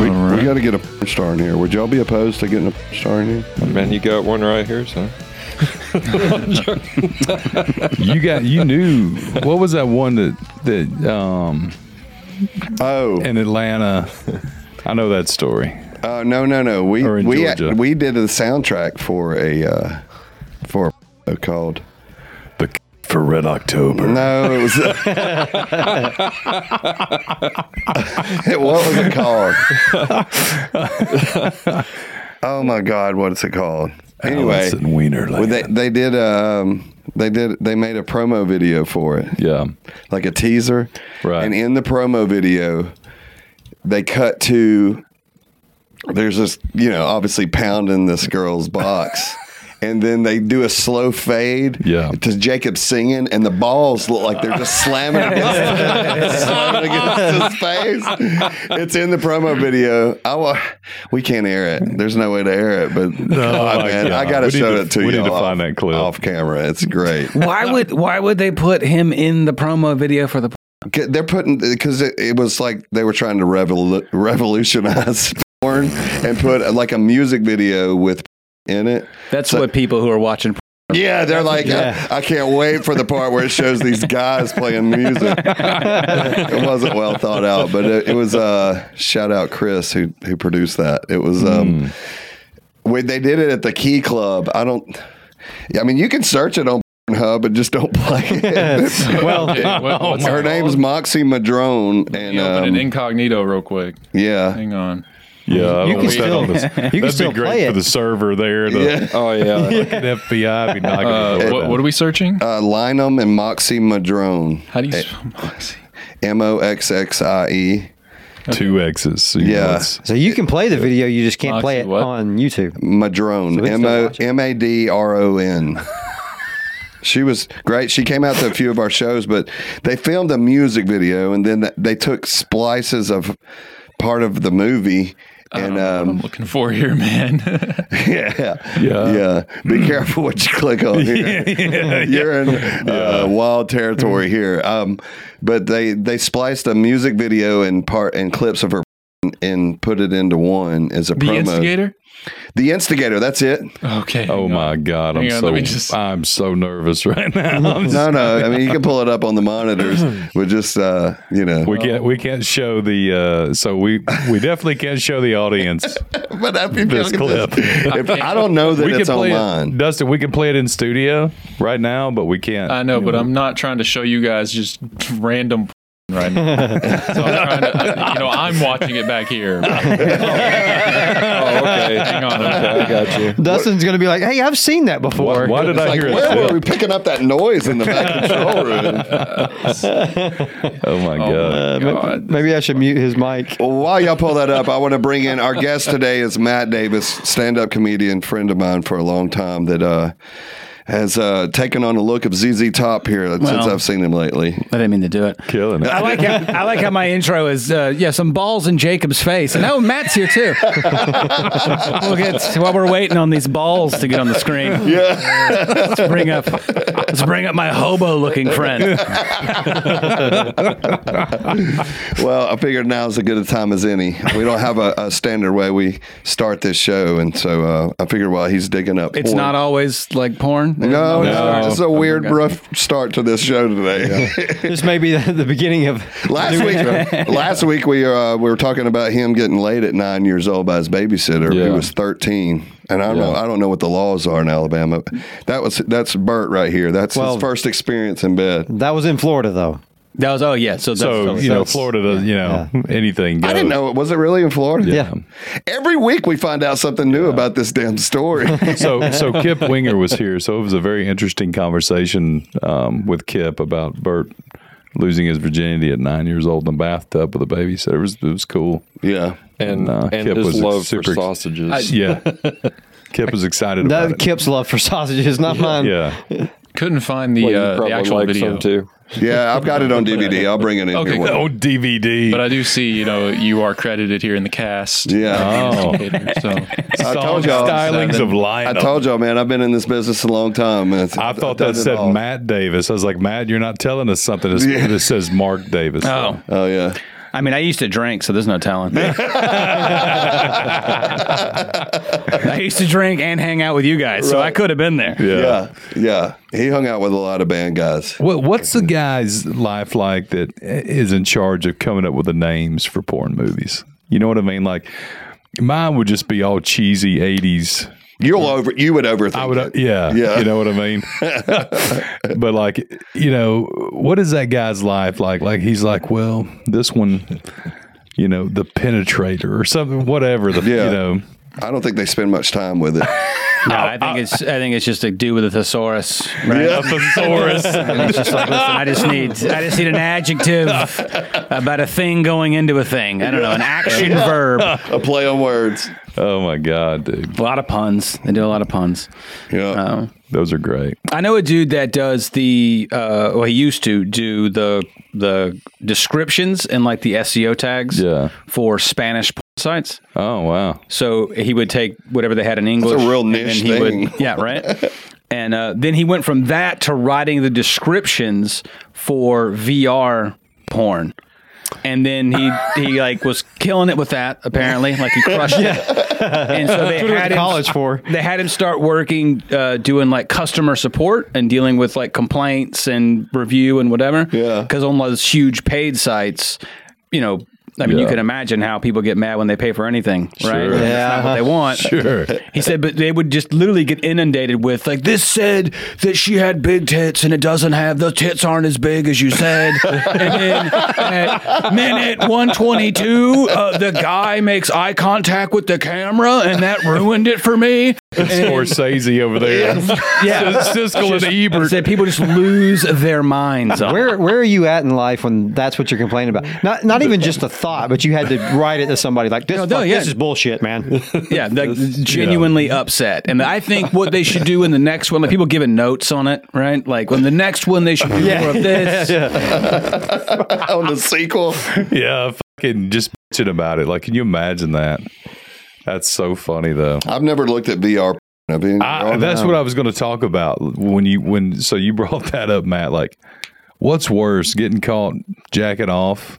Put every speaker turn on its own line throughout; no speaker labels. We,
All right.
we got to get a porn star in here. Would y'all be opposed to getting a porn star in here?
Man, you got one right here, son.
you got you knew what was that one that that um
Oh,
in Atlanta? I know that story.
uh, no, no, no. We
Or in
we
Georgia.
we did a soundtrack for a uh, for a called.
The for Red October.
No, it was. what was it called? oh my God, what is it called? Anyway,
and Wiener.
well, they they did um they did they made a promo video for it.
yeah,
like a teaser.
Right.
And in the promo video, they cut to there's this, you know, obviously pounding this girl's box. And then they do a slow fade
Yeah.
to Jacob singing, and the balls look like they're just slamming against, slamming against his face. It's in the promo video. I wa- we can't air it. There's no way to air it, but God,
my
man,
God.
I got to
We need
show
to-
it to you.
we need to find that clip.
off camera. It's great.
Why would why would they put him in the promo video for the?
C- They're putting because it, it was like they were trying to revolu- revolutionize porn and put uh, like a music video with in it.
That's
So-
what people who are watching.
Yeah, they're like,
Yeah.
I, I can't wait for the part where it shows these guys playing music. it wasn't well thought out, but it, it was uh, shout out Chris who who produced that. It was um, when they did it at the Key Club. I don't. I mean, you can search it on Hub and just don't play it.
Well,
Her name's Moxie Madrone, and
open
Oh um,
it incognito real quick.
yeah,
Hang on.
yeah.
You
I
can
was
still-
on this-
you can
That'd
still
be great
play
for
it.
the server there. The
yeah.
Oh yeah,
fucking FBI be knocking
Uh,
on the door
what,
down.
what are we searching?
Uh, Lynam and Moxie Madrone,
How do you spell Moxie?
M O X X I E,
two X's. So you know,
Yeah.
it's-
So you can play the video, you just can't play it
Moxie, what?
on YouTube.
Madrone,
we can
M
still
O
watch it.
M A D R O N. She was great. She came out to a few of our shows, but they filmed a music video and then th- they took splices of part of the movie. And
I'm
um,
looking for here, man.
yeah,
Yeah. Mm.
yeah. Be careful what you click on here. you're in uh, wild territory here. Um, but they they spliced a music video and part and clips of her and put it into one as a
the
promo.
instigator?
The instigator. That's it.
Okay.
Oh
hang on.
my God! I'm
Hang on, let
so
me just-
I'm so nervous right now. I'm
No, no. I mean, you can pull it up on the monitors. with just uh, you know.
We can't we can't show the uh so we we definitely can't show the audience.
but I mean,
This
look at this. If,
can't-
I don't know that
we
it's
can play it,
online.
Dustin, we can play it in studio right now, but we can't
I know, but I'm not trying to show you guys just random right now. so I'm trying to, you know, I'm watching it back here.
Oh, okay.
Hang on.
Okay, I got you.
Dustin's going to be like, hey, I've seen that before.
why, why did I
Like,
hear
where were
that?
we picking up that noise in the back control room?
Oh my
Uh,
god.
ma- maybe I should mute his mic.
Well, while y'all pull that up, I want to bring in our guest today is Matt Davis, stand-up comedian, friend of mine for a long time that uh, has uh, taken on a look of ZZ Top here since
Well.
I've seen him lately.
I didn't mean to do it.
Killing
I
it.
like how, I like how my intro is uh, yeah some balls in Jacob's face and oh Matt's here too. we'll get while we're waiting on these balls to get on the screen. Yeah, let's bring up let's bring up my hobo looking friend.
Well, I figured now is as good a time as any. We don't have a, a standard way we start this show, and so uh, I figured while he's digging up,
It's
porn-
not Oh always like porn.
No,
No.
no, it's a weird, rough start to this show today.
This may be the, the beginning of
last week, last week we uh, we were talking about him getting laid at nine years old by his babysitter.
Yeah.
He was thirteen, and I don't know.
Yeah.
I don't know what the laws are in Alabama. That was that's Bert right here. That's
Well-
his first experience in bed.
That was in Florida, though.
That was oh yeah. So that's
So you know, Florida does you know anything goes.
I didn't know it. Was it really in Florida?
Yeah.
Every week we find out something new about this damn story.
so so Kip Winger was here, so it was a very interesting conversation um, with Kip about Bert losing his virginity at nine years old in the bathtub with a babysitter. It was, it was cool.
yeah.
And
No,
and
Kip
his
was
love
super-
for sausages.
Yeah. Kip was excited about
That
it.
Kip's love for sausages, not mine.
Yeah.
couldn't find the,
Well, you
uh, the
probably
actual
like
video.
some too.
Yeah, I've got it on DVD. I'll bring it in
Okay,
here. one-
cool.
Oh, DVD.
But I do see, you know, you are credited here in the cast.
Yeah.
oh,
So
I told y'all.
stylings of
I
lineup.
told y'all, man, I've been in this business a long time. and it's-
I thought
I've done
that
it
said
all.
Matt Davis. I was like, Matt, you're not telling us something. This,
Yeah.
this says Mark Davis.
Oh,
Oh yeah.
I mean, I used to drink, so there's no telling. I used to drink and hang out with you guys, so I
Right.
could have been there.
yeah.
Yeah. Yeah. He hung out with a lot of band guys.
What, what's the guy's life like that is in charge of coming up with the names for porn movies? You know what I mean? Like mine would just be all cheesy '80s.
You'll over you would overthink.
I would, uh,
it.
yeah,
Yeah.
You know what I mean? but like, you know, what is that guy's life like? Like he's like, well, this one, you know, the penetrator or something, whatever. The
Yeah.
you know,
I don't think they spend much time with it.
No, I think it's I think it's just a dude with a thesaurus, right?
Yeah.
thesaurus.
And it's just like, listen, I just need I just need an adjective about a thing going into a thing. I don't know, an action verb. A
A play on words.
oh my god, dude,
lot of puns. They do a lot of puns.
Yeah.
Um,
those are great.
I know a dude that does the uh well he used to do the the descriptions and like the SEO tags
Yeah.
for Spanish porn sites.
Oh wow,
So he would take whatever they had in English.
real
and
niche
then he
thing.
Would, yeah, right. and uh, then he went from that to writing the descriptions for VR porn. And then he he like was killing it with that apparently like he crushed it. And so they
That's what he went
had
to
him,
college for.
They had him start working uh, doing like customer support and dealing with like complaints and review and whatever.
Yeah.
Because on those huge paid sites, you know, I mean, you
Yeah.
can imagine how people get mad when they pay for anything, right?
Sure.
That's not what they want.
sure.
He said, but they would just literally get inundated with like this said that she had big tits and it doesn't have the tits aren't as big as you said. and then at minute one twenty two, uh, the guy makes eye contact with the camera and that ruined it for me.
Scorsese over there.
Yeah.
Siskel and
He
Ebert.
said people just lose their minds. On.
Where where are you at in life when that's what you're complaining about? Not not even just a thought, but you had to write it to somebody like this.
No, no,
fuck-
yeah.
This is bullshit, man.
Yeah, like genuinely upset. And I think what they should do in the next one, like people giving notes on it, right? Like when the next one they should do more of this.
on the sequel.
Yeah, fucking just bitching about it. Like, can you imagine that? That's so funny though.
I've never looked at VR. I mean,
I, that's what I was going to talk about when you when so you brought that up, Matt. Like, what's worse, getting caught jacking off,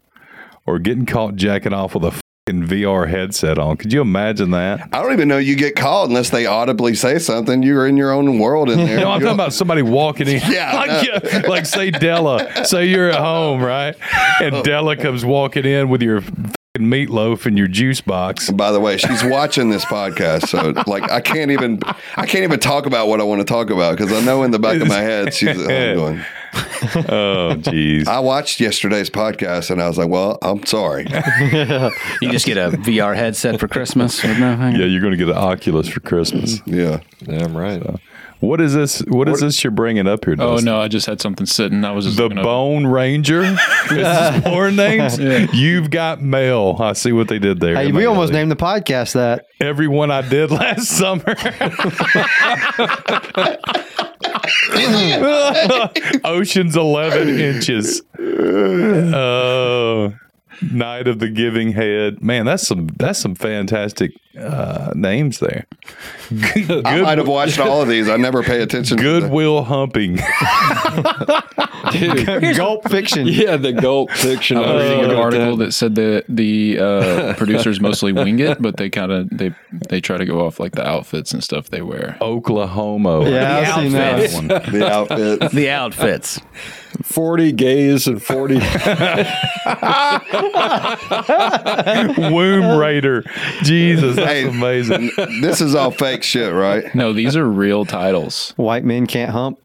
or getting caught jacking off with a fucking VR headset on? Could you imagine that?
I don't even know you get called unless they audibly say something. You're in your own world in there.
No, I'm
You're-
talking about somebody walking in.
Yeah,
like, you- like say Della. Say you're at home, right? And Della comes walking in with your fucking meatloaf and your juice box.
By the way, she's watching this podcast, so like I can't even I can't even talk about what I want to talk about because I know in the back of my head she's oh, I'm going.
Oh, jeez.
I watched yesterday's podcast and I was like, well, I'm sorry.
You just get a VR headset for Christmas with nothing.
Yeah, you're going to get an Oculus for Christmas.
Yeah.
Damn right.
What is this? what is this you're bringing up here?
Oh
Dustin?
no, I just had something sitting. I was just
The
looking up-
Bone Ranger. Is his porn names. You've got mail. I see what they did there.
Hey, we almost
Immediately.
named the podcast that.
everyone I did last summer. Ocean's eleven inches. Oh, Night of the Giving Head. Man, that's some that's some fantastic uh, names there. Good,
I might
good,
have watched all of these. I never pay attention. to the-
goodwill humping.
Dude,
Gulp fiction.
yeah, the gulp fiction.
I
Uh,
was reading an article that, said that the uh, producers mostly wing it, but they kind of they they try to go off like the outfits and stuff they wear.
Oklahoma.
Yeah, I've seen that.
outfits.
That one.
the outfit.
The outfits.
40 gays and 40.
Womb Raider. Jesus, that's
Hey.
amazing.
this is all fake shit, right?
No, these are real titles.
White men can't hump.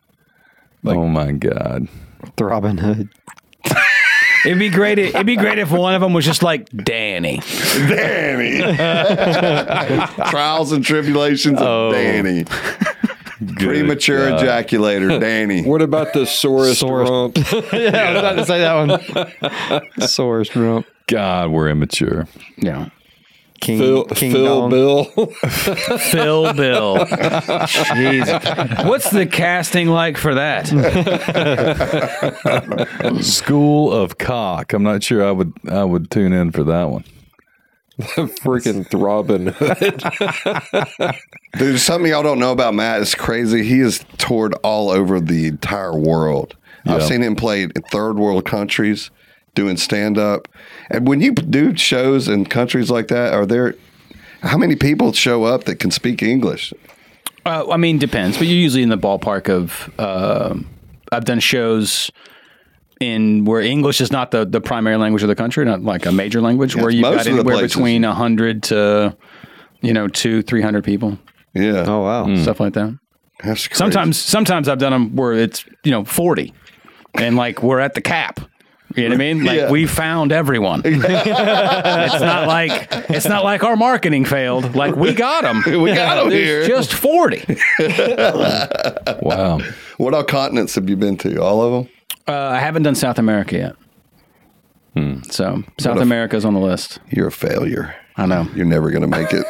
oh my God.
The Robin Hood.
It'd be great. If, it'd be great if one of them was just like Danny.
Danny. Trials and tribulations of Danny. Premature ejaculator, Danny.
What about the sorest
Sorest.
rump?
Yeah, I was about to say that one. Source rump.
God, we're immature.
Yeah.
King
Phil,
King
Phil
Dong.
Bill.
Phil Bill. Jeez. What's the casting like for that?
School of Cock. I'm not sure I would I would tune in for that one.
Freaking throbbing.
Dude, something y'all don't know about Matt is crazy. He has toured all over the entire world. I've
Yeah.
seen him play in third world countries doing stand up. And when you do shows in countries like that, are there how many people show up that can speak English?
Uh, I mean, depends, but you're usually in the ballpark of. um I've done shows in where English is not the, the primary language of the country, not like a major language, where
it's
you've
most
got
of the
anywhere
places.
between hundred to, you know, two three hundred people,
Yeah.
Oh wow.
Hmm.
stuff like that.
That's Hmm. crazy.
Sometimes, sometimes I've done them where it's you know forty, and like we're at the cap. You know what I mean? Like
Yeah.
we found everyone. it's not like it's not like our marketing failed. Like we got them.
we got him here.
There's just forty.
Wow.
what all continents have you been to? All of them?
Uh, I haven't done South America yet. So South America's on the list.
You're a failure.
I know.
You're never gonna make it.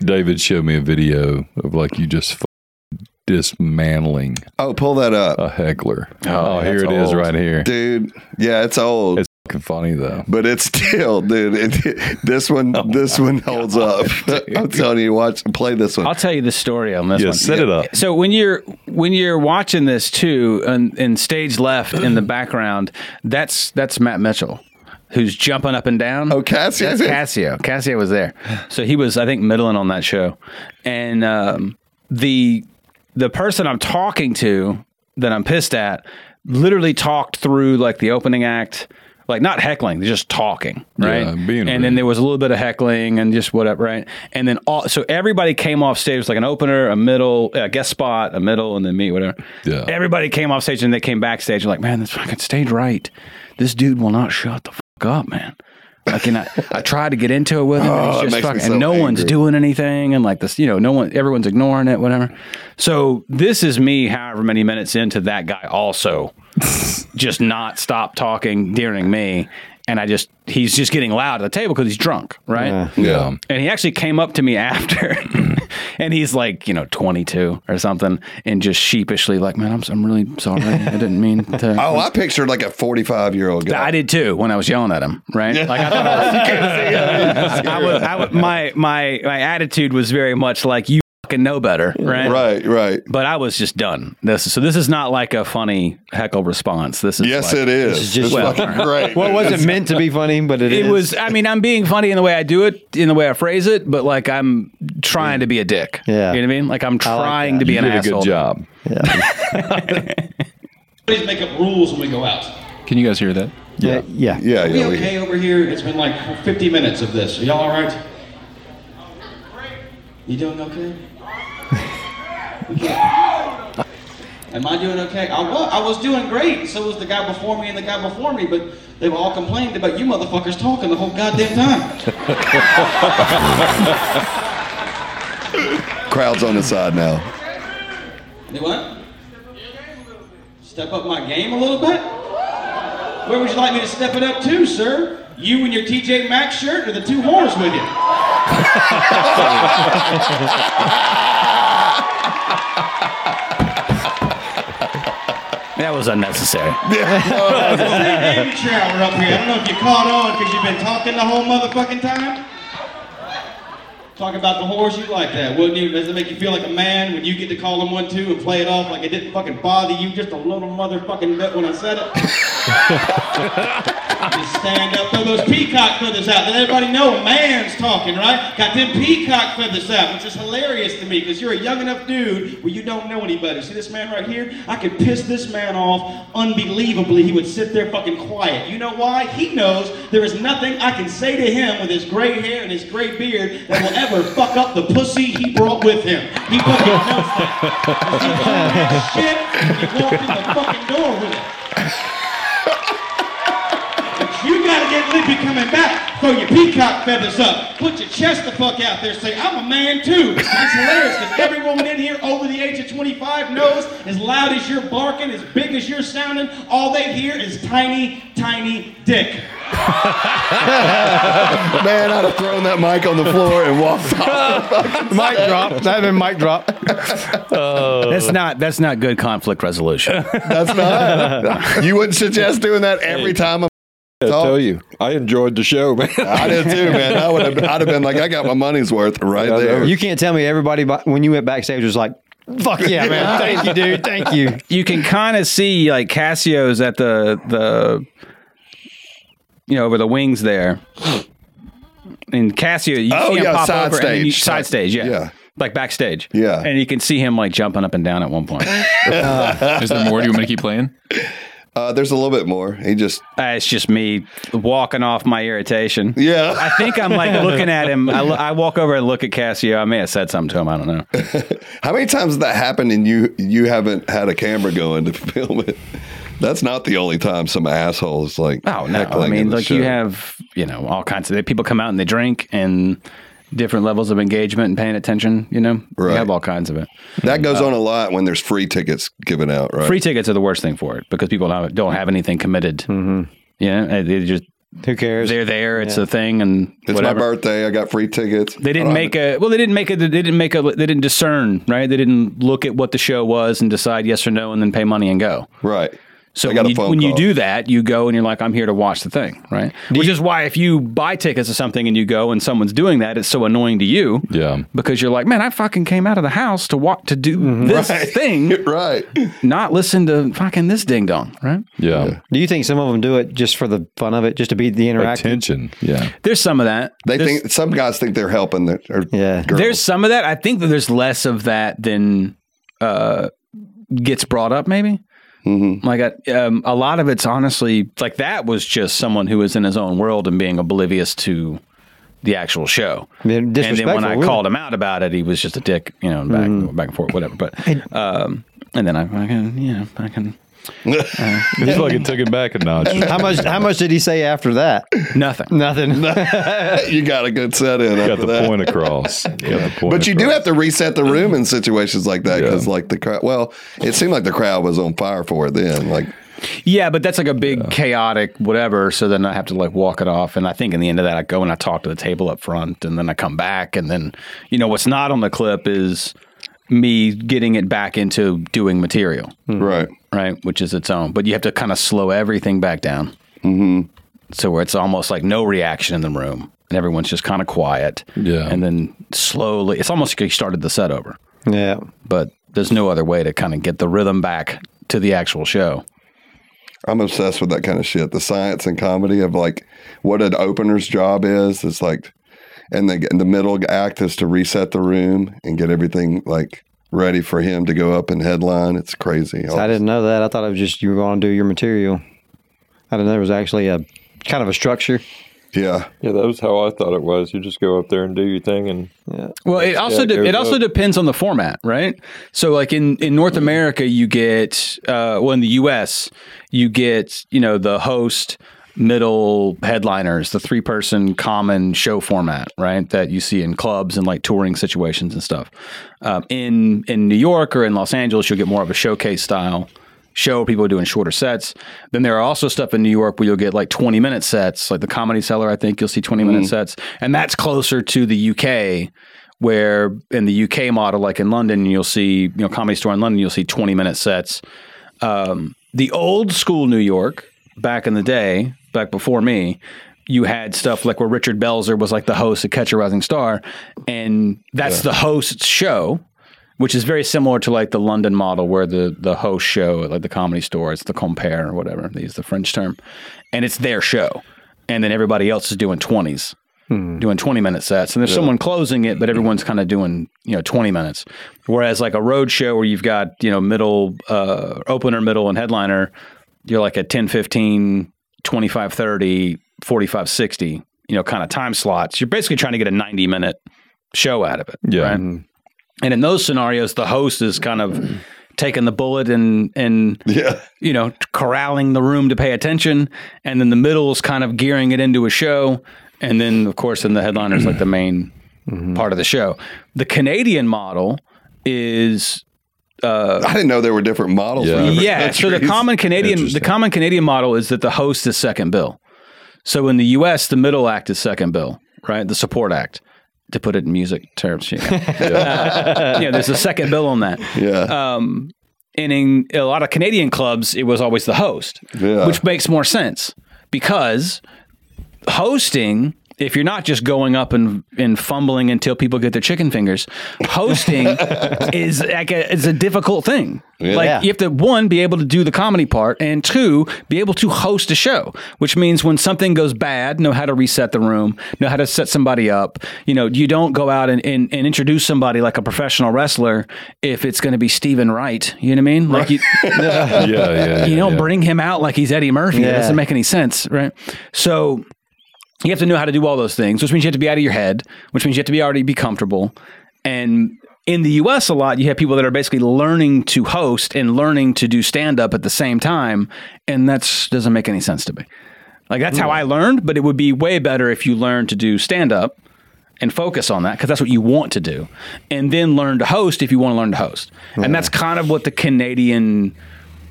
David showed me a video of like you just f- dismantling
oh, pull that up.
a heckler.
Oh,
Oh, here it is,
that's old.
right here.
Dude, yeah, it's old.
It's fucking funny though.
but it's still, dude. It, this one, this one holds up. I'm telling you, watch, play this one.
I'll tell you the story on this
Yeah,
one.
set it up.
So when you're when you're watching this too, and, and stage left in the background, that's that's Matt Mitchell, who's jumping up and down.
Oh, Cassie,
That's Cassio. Cassio was there, so he was I think middling on that show, and um, the the person I'm talking to that I'm pissed at literally talked through like the opening act. Like not heckling, just talking, right?
Yeah, being
and
rude.
then there was a little bit of heckling and just whatever, right? And then all so everybody came off stage it was like an opener, a middle, a guest spot, a middle, and then me, whatever.
Yeah.
Everybody came off stage and they came backstage and like, man, this fucking stage right. This dude will not shut the fuck up, man. Like, and I, I tried to get into it with him, and
Oh, it
he's just
makes me
fucking,
so
and no one's
angry.
doing anything, and like this, you know, no one, everyone's ignoring it, whatever. So this is me, however many minutes into that guy also just not stop talking during me. And I just, he's just getting loud at the table because he's drunk, right?
Yeah.
And he actually came up to me after, and he's like, you know, 22 or something, and just sheepishly like, "Man, I'm, I'm really sorry. I didn't mean to."
Oh, I pictured like a 45 year old guy.
I did too when I was yelling at him, right? Like I thought I was, I was, I was my my my attitude was very much like you fucking know better, right?
Right, right.
But I was just done. This so this is not like a funny heckle response. This is
Yes,
like-
it is.
is just-
It's
well,
fucking great.
Well, it
dude.
wasn't meant to be funny, but it,
It
is.
was. I mean, I'm being funny in the way I do it, in the way I phrase it, but like I'm trying to be a dick.
Yeah.
you know what I mean. Like I'm trying to be
You
an
did a
asshole.
good job.
always make up rules when we go out.
Can you guys hear that?
Yeah. Yeah.
Yeah,
Are we
yeah. we-
okay over here? It's been like 50 minutes of this. Are y'all all right? You doing okay? Okay. Am I doing okay? I was, I was doing great. So was the guy before me and the guy before me, but they were all complained about you motherfuckers talking the whole goddamn time.
Crowd's on the side now.
You what? Step up my game a little bit? Where would you like me to step it up to, sir? You and your TJ Maxx shirt or the two horns with you?
That was unnecessary.
amateur hour up here. I don't know if you caught on because you've been talking the whole motherfucking time. Talk about the horse, you like that, wouldn't you? Does it make you feel like a man when you get to call him one too and play it off like it didn't fucking bother you just a little motherfucking bit when I said it? Just stand up, throw those peacock feathers out. Let everybody know a man's talking, right? Got them peacock feathers out, which is hilarious to me because you're a young enough dude where you don't know anybody. See this man right here? I could piss this man off unbelievably. He would sit there fucking quiet. You know why? He knows there is nothing I can say to him with his gray hair and his gray beard that will ever fuck up the pussy he brought with him. He fucking knows that. If he told that shit, he walked in the fucking door with it. You gotta get Lippy coming back. Throw your peacock feathers up. Put your chest the fuck out there. Say, I'm a man too. It's hilarious because every woman in here over the age of 25 knows as loud as you're barking, as big as you're sounding, all they hear is tiny, tiny dick.
Man, I'd have thrown that mic on the floor and walked off.
mic drop. That been mic drop.
That's not that's not good conflict resolution.
That's not. You wouldn't suggest doing that every time. I'm
I
Talk.
tell you, I enjoyed the show, man.
I did too, man. I would have. I'd have been like, I got my money's worth right
Yeah,
there.
You can't tell me everybody bu- when you went backstage was like, "Fuck yeah, man! Thank you, dude. Thank you."
you can kind of see like Casio's at the the you know over the wings there, and Casio. You
Oh,
see him
yeah,
pop
side
over and then you-
stage.
side stage, yeah.
Yeah.
Like backstage,
Yeah.
and you can see him like jumping up and down at one point.
Is there more? Do you want me to keep playing?
Uh, there's a little bit more. He just,
Uh, it's just me walking off my irritation.
yeah.
I think I'm like looking at him. I, lo- I walk over and look at Casio. I may have said something to him. I don't know.
How many times has that happened and you you haven't had a camera going to film it? That's not the only time some asshole is like.
Oh no! I
heckling in
mean,
the
like you
show.
have you know all kinds of people come out and they drink and different levels of engagement and paying attention. You know,
Right.
you have all kinds of it.
that goes on a lot when there's free tickets given out, right?
uh, Free tickets are the worst thing for it because people don't don't have anything committed. Mm-hmm. Yeah, and they just
Who cares?
they're there. It's a thing, and
it's
whatever.
my birthday. I got free tickets.
They didn't make a well. They didn't make a. They didn't make a. They didn't discern, right? They didn't look at what the show was and decide yes or no, and then pay money and go.
right.
So
I got
when,
a
you,
phone
when you
call.
do that, you go and you're like, I'm here to watch the thing, right? Which is why if you buy tickets to something and you go and someone's doing that, it's so annoying to you.
Yeah.
Because you're like, man, I fucking came out of the house to walk to do
Mm-hmm.
this thing,
Right.
not listen to fucking this ding dong, right?
Yeah.
Do you think some of them do it just for the fun of it, just to be the interaction?
Attention. Yeah.
There's some of that.
They
there's,
think some guys think they're helping. Their, or
Yeah.
girls.
there's some of that. I think that there's less of that than uh, gets brought up, maybe.
Mm-hmm.
Like I, um, a lot of it's honestly like that was just someone who was in his own world and being oblivious to the actual show.
They're
And then when
disrespectful,
I
really. Mm-hmm.
called him out about it, he was just a dick, you know, back back and forth, whatever. But um, and then I, I can, you know, I can
He fucking took it back a notch.
How much? How much did he say after that?
nothing.
Nothing.
you got a good set in.
Got
after
the
that.
point across. Got the point
But you do
across.
have to reset the room in situations like that because, like the crowd. Well, it seemed like the crowd was on fire for it then. Like,
Yeah, but that's like a big chaotic whatever. So then I have to like walk it off. And I think in the end of that, I go and I talk to the table up front, and then I come back, and then you know what's not on the clip is me getting it back into doing material,
Hmm.
right.
right? Which is its own. But you have to kind of slow everything back down, mm-hmm. so where it's almost like no reaction in the room, and everyone's just kind of quiet.
Yeah.
and then slowly, it's almost like you started the set over
yeah.
but there's no other way to kind of get the rhythm back to the actual show.
I'm obsessed with that kind of shit. The science and comedy of like what an opener's job is. It's like, and the and the middle act is to reset the room and get everything like ready for him to go up and headline. It's crazy.
I didn't know that. I thought it was just you were going to do your material. I didn't know there was actually a kind of a structure.
Yeah.
yeah, that was how I thought it was. You just go up there and do your thing, and
Well, it also
it
de-
goes
it also
up.
depends on the format, right? So, like in in North America, you get uh, well in the U.S., you get you know the host, middle headliners, the three person common show format, right? That you see in clubs and like touring situations and stuff. Um, in in New York or in Los Angeles, you'll get more of a showcase style. show people are doing shorter sets. Then there are also stuff in New York where you'll get like 20 minute sets, like the Comedy Cellar, I think you'll see 20 minute sets. And that's closer to the UK, where in the UK model, like in London, you'll see, you know, Comedy Store in London, you'll see 20 minute sets. Um, the old school New York, back in the day, back before me, you had stuff like where Richard Belzer was like the host of Catch a Rising Star, and that's the host's show which is very similar to like the London model where the the host show at like the comedy store it's the compere or whatever they use the French term, and it's their show, and then everybody else is doing twenties, doing twenty minute sets, and there's someone closing it, but everyone's kind of doing you know twenty minutes, whereas like a road show where you've got you know middle uh, opener, middle, and headliner, you're like at 10, 15, 25, 30, 45, 60, you know kind of time slots. You're basically trying to get a ninety minute show out of it,
Yeah.
right? And in those scenarios, the host is kind of taking the bullet and and
Yeah.
you know corralling the room to pay attention, and then the middle is kind of gearing it into a show, and then of course then the headliner is like the main part of the show. The Canadian model is
I didn't know there were different models. for
Yeah.
different
yeah. So the
countries.
common Canadian the common Canadian model is that the host is second bill. So in the U.S., the middle act is second bill, right? The support act, to put it in music terms. You know, Uh, you know, there's a second bill on that.
Yeah.
Um, and in a lot of Canadian clubs, it was always the host,
Yeah.
which makes more sense because hosting. If you're not just going up and, and fumbling until people get their chicken fingers, hosting is like a, is a difficult thing. Like
Yeah.
you have to one be able to do the comedy part, and two be able to host a show, which means when something goes bad, know how to reset the room, know how to set somebody up. You know, you don't go out and, and, and introduce somebody like a professional wrestler if it's going to be Stephen Wright. You know what I mean? Like you,
Yeah, yeah. yeah
you don't
yeah.
bring him out like he's Eddie Murphy. It
Yeah.
doesn't make any sense, right? So you have to know how to do all those things, which means you have to be out of your head, which means you have to be already be comfortable. And in the US a lot, you have people that are basically learning to host and learning to do stand up at the same time, and that's doesn't make any sense to me. Like that's
Hmm.
how I learned, but it would be way better if you learned to do stand up and focus on that because that's what you want to do, and then learn to host if you want to learn to host. And that's kind of what the Canadian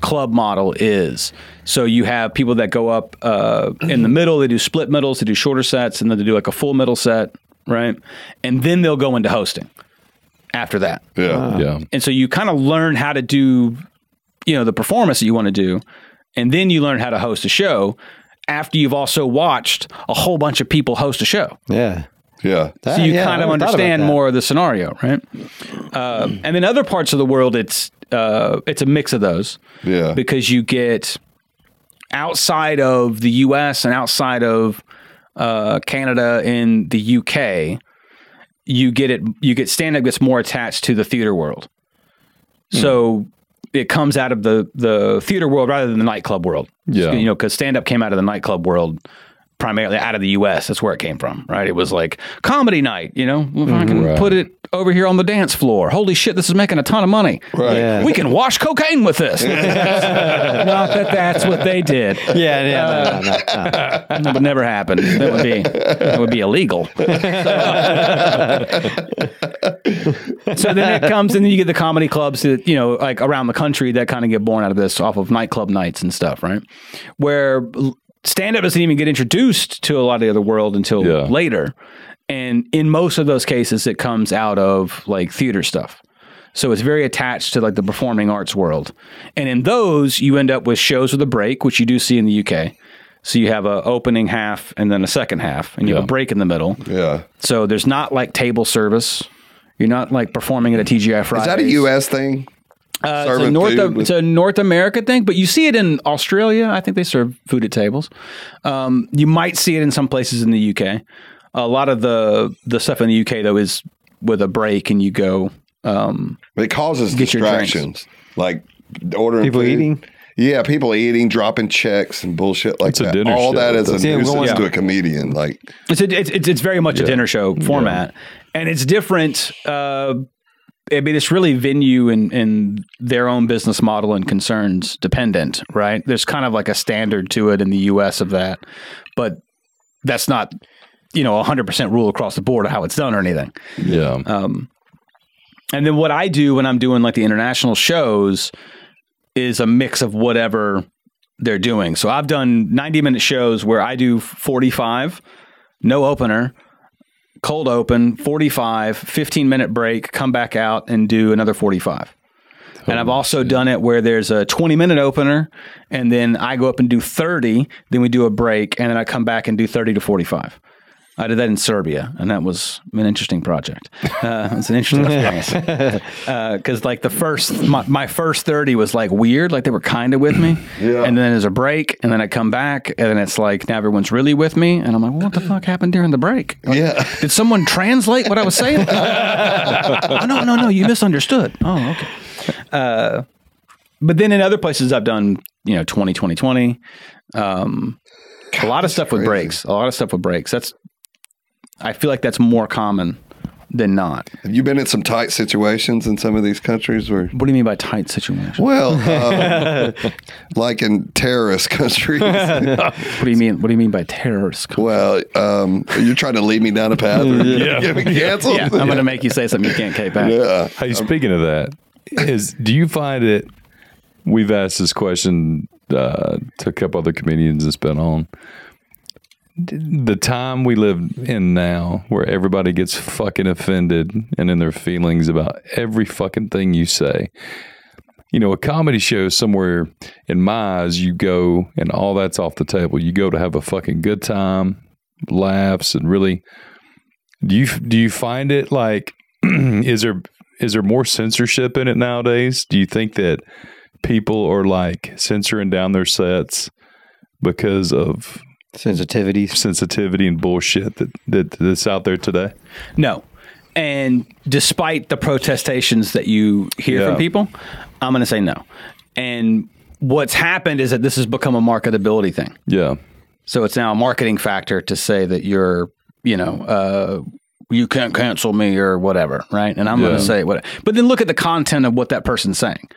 club model is. So you have people that go up uh, in the middle, they do split middles, they do shorter sets, and then they do like a full middle set, right? And then they'll go into hosting after that.
Yeah.
Uh,
Yeah.
And so you kind of learn how to do, you know, the performance that you want to do, and then you learn how to host a show after you've also watched a whole bunch of people host a show.
Yeah.
Yeah.
That-
So you
yeah, I
kind of
never thought about
understand
that. Hmm.
more of the scenario, right? Uh, and then other parts of the world, it's uh, it's a mix of those
Yeah.
because you get outside of the U.S. and outside of uh, Canada and the U.K. You get it. You get stand up gets more attached to the theater world, so it comes out of the the theater world rather than the nightclub world.
Yeah.
you know, because stand up came out of the nightclub world primarily out of the U.S. That's where it came from, right? It was like comedy night, you know. Well, if I can put it over here on the dance floor. Holy shit, this is making a ton of money.
Right.
Yeah.
We can wash cocaine with this. Not that that's what they did.
Yeah, yeah, no, no, no, no.
That would never happen. That would be that would be illegal. So, so then it comes, and then you get the comedy clubs that you know, like around the country, that kind of get born out of this, off of nightclub nights and stuff, right? Where stand up doesn't even get introduced to a lot of the other world until
Yeah.
later, and in most of those cases, it comes out of like theater stuff. So it's very attached to like the performing arts world. And in those, you end up with shows with a break, which you do see in the UK. So you have a opening half and then a second half, and you have
Yeah.
a break in the middle.
Yeah.
So there's not like table service. You're not like performing at a TGI Fridays.
Is that a U.S. thing?
Uh, it's, a North, it's a North America thing, but you see it in Australia. I think they serve food at tables. Um, you might see it in some places in the UK. A lot of the the stuff in the UK though is with a break, and you go. Um,
it causes
Get your drinks.
distractions, like ordering
People
food.
eating?
Yeah, people eating, dropping checks and bullshit like
It's a
that.
dinner
All
show.
that is a
Yeah,
nuisance
going-
to a comedian. Like,
It's a, it's, it's it's very much a dinner show format, and it's different. Uh, I mean, it's really venue and and their own business model and concerns dependent, right? There's kind of like a standard to it in the U.S. of that, but that's not you know 100% rule across the board of how it's done or anything.
Yeah.
And then what I do when I'm doing like the international shows is a mix of whatever they're doing. So I've done 90 minute shows where I do 45, no opener, cold open, 45, 15 minute break, come back out and do another 45. And I've also done it where there's a 20 minute opener, and then I go up and do 30, then we do a break, and then I come back and do 30 to 45. I did that in Serbia, and that was an interesting project. Uh, it's an interesting experience because like the first my, my first 30 was like weird like they were kind of with me yeah. and then there's a break and then i come back and then it's like now everyone's really with me and i'm like well, what the fuck happened during the break Like,
yeah,
did someone translate what i was saying oh, no no no you misunderstood oh okay Uh, but then in other places i've done you know 20 20 20 um, a lot of stuff with breaks a lot of stuff with breaks that's i feel like that's more common than not
have you been in some tight situations in some of these countries where?
what do you mean by tight situation
Well, um, like in terrorist countries.
What do you mean? What do you mean by terrorist? company?
well, um, you're trying to lead me down a path. yeah, get me canceled.
Yeah, I'm going to make you say something you can't take back.
Yeah.
Hey, speaking of that, is do you find it? We've asked this question uh, to a couple other comedians that's been on. the time we live in now where everybody gets fucking offended and in their feelings about every fucking thing you say. You know, a comedy show somewhere in my eyes, you go and all that's off the table. You go to have a fucking good time, laughs, and really. Do you do you find it like is there is there more censorship in it nowadays? Do you think that people are like censoring down their sets because of
Sensitivities.
sensitivity and bullshit that, that that's out there today.
No. And despite the protestations that you hear
Yeah.
from people, I'm going to say no. And what's happened is that this has become a marketability thing.
Yeah,
So it's now a marketing factor to say that you're, you know, uh, you can't cancel me or whatever, right? And I'm going
Yeah.
to say what, but then look at the content of what that person's saying,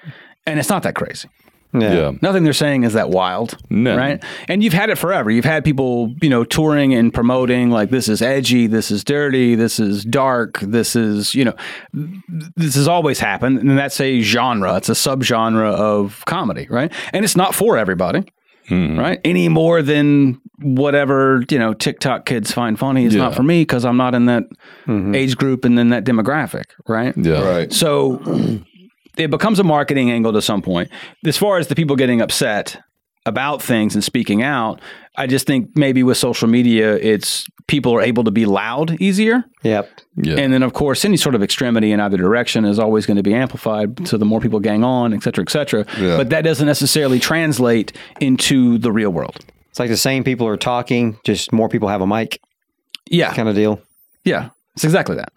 and it's not that crazy.
yeah,
Um, Nothing they're saying is that wild,
No.
right? And you've had it forever. You've had people, you know, touring and promoting like this is edgy, this is dirty, this is dark, this is, you know, th- this has always happened, and that's a genre. It's a subgenre of comedy, right? And it's not for everybody, right? Any more than whatever you know TikTok kids find funny is not for me because I'm not in that age group and then that demographic, right?
yeah,
Right.
So it becomes a marketing angle to some point. As far as the people getting upset about things and speaking out, I just think maybe with social media, it's people are able to be loud easier.
Yep.
yeah,
And then, of course, any sort of extremity in either direction is always going to be amplified. So the more people gang on, et cetera, et cetera.
Yeah.
But that doesn't necessarily translate into the real world.
It's like the same people are talking, just more people have a mic
Yeah.
kind of deal.
Yeah, it's exactly that.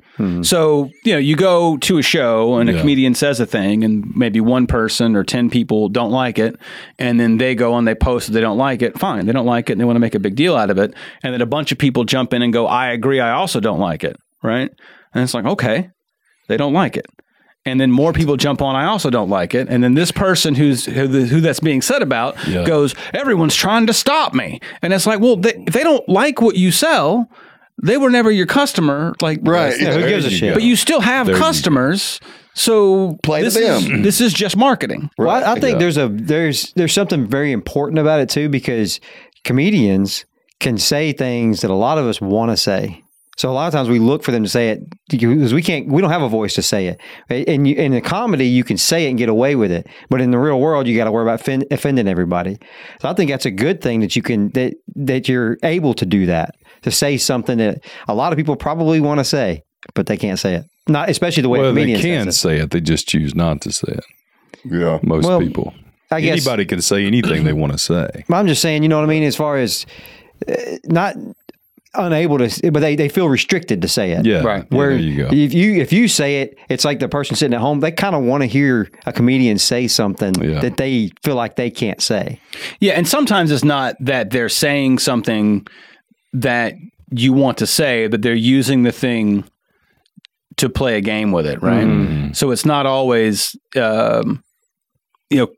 So, you know, you go to a show and a comedian says a thing, and maybe one person or 10 people don't like it. And then they go and they post that they don't like it. Fine, they don't like it and they want to make a big deal out of it. And then a bunch of people jump in and go, I agree, I also don't like it. Right. And it's like, okay, they don't like it. And then more people jump on. I also don't like it. And then this person who's who, the, who that's being said about goes, everyone's trying to stop me. And it's like, well, they, if they don't like what you sell, they were never your customer. Like,
Right.
Yeah, who
There
gives a
you
shit?
go.
But you still have customers, so
Play to
this
them.
Is, this is just marketing.
Well, I, I think there's a there's there's something very important about it too because comedians can say things that a lot of us want to say. So a lot of times we look for them to say it because we can't we don't have a voice to say it. And you, in the comedy you can say it and get away with it, but in the real world you got to worry about fin- offending everybody. So I think that's a good thing that you can that that you're able to do that to say something that a lot of people probably want to say, but they can't say it. Not especially the way
Well, they
comedians says
can
it.
say it; they just choose not to say it.
Yeah.
Most
Well,
people,
I guess
anybody can say anything they want to say.
But I'm just saying, you know what I mean? As far as uh, not unable to, but they, they feel restricted to say it.
Yeah,
Right.
Yeah,
Where
there you go.
if you if you say it, it's like the person sitting at home. They kind of want to hear a comedian say something
Yeah.
that they feel like they can't say.
Yeah, and sometimes it's not that they're saying something that you want to say, but they're using the thing to play a game with it, right? So it's not always, um, you know,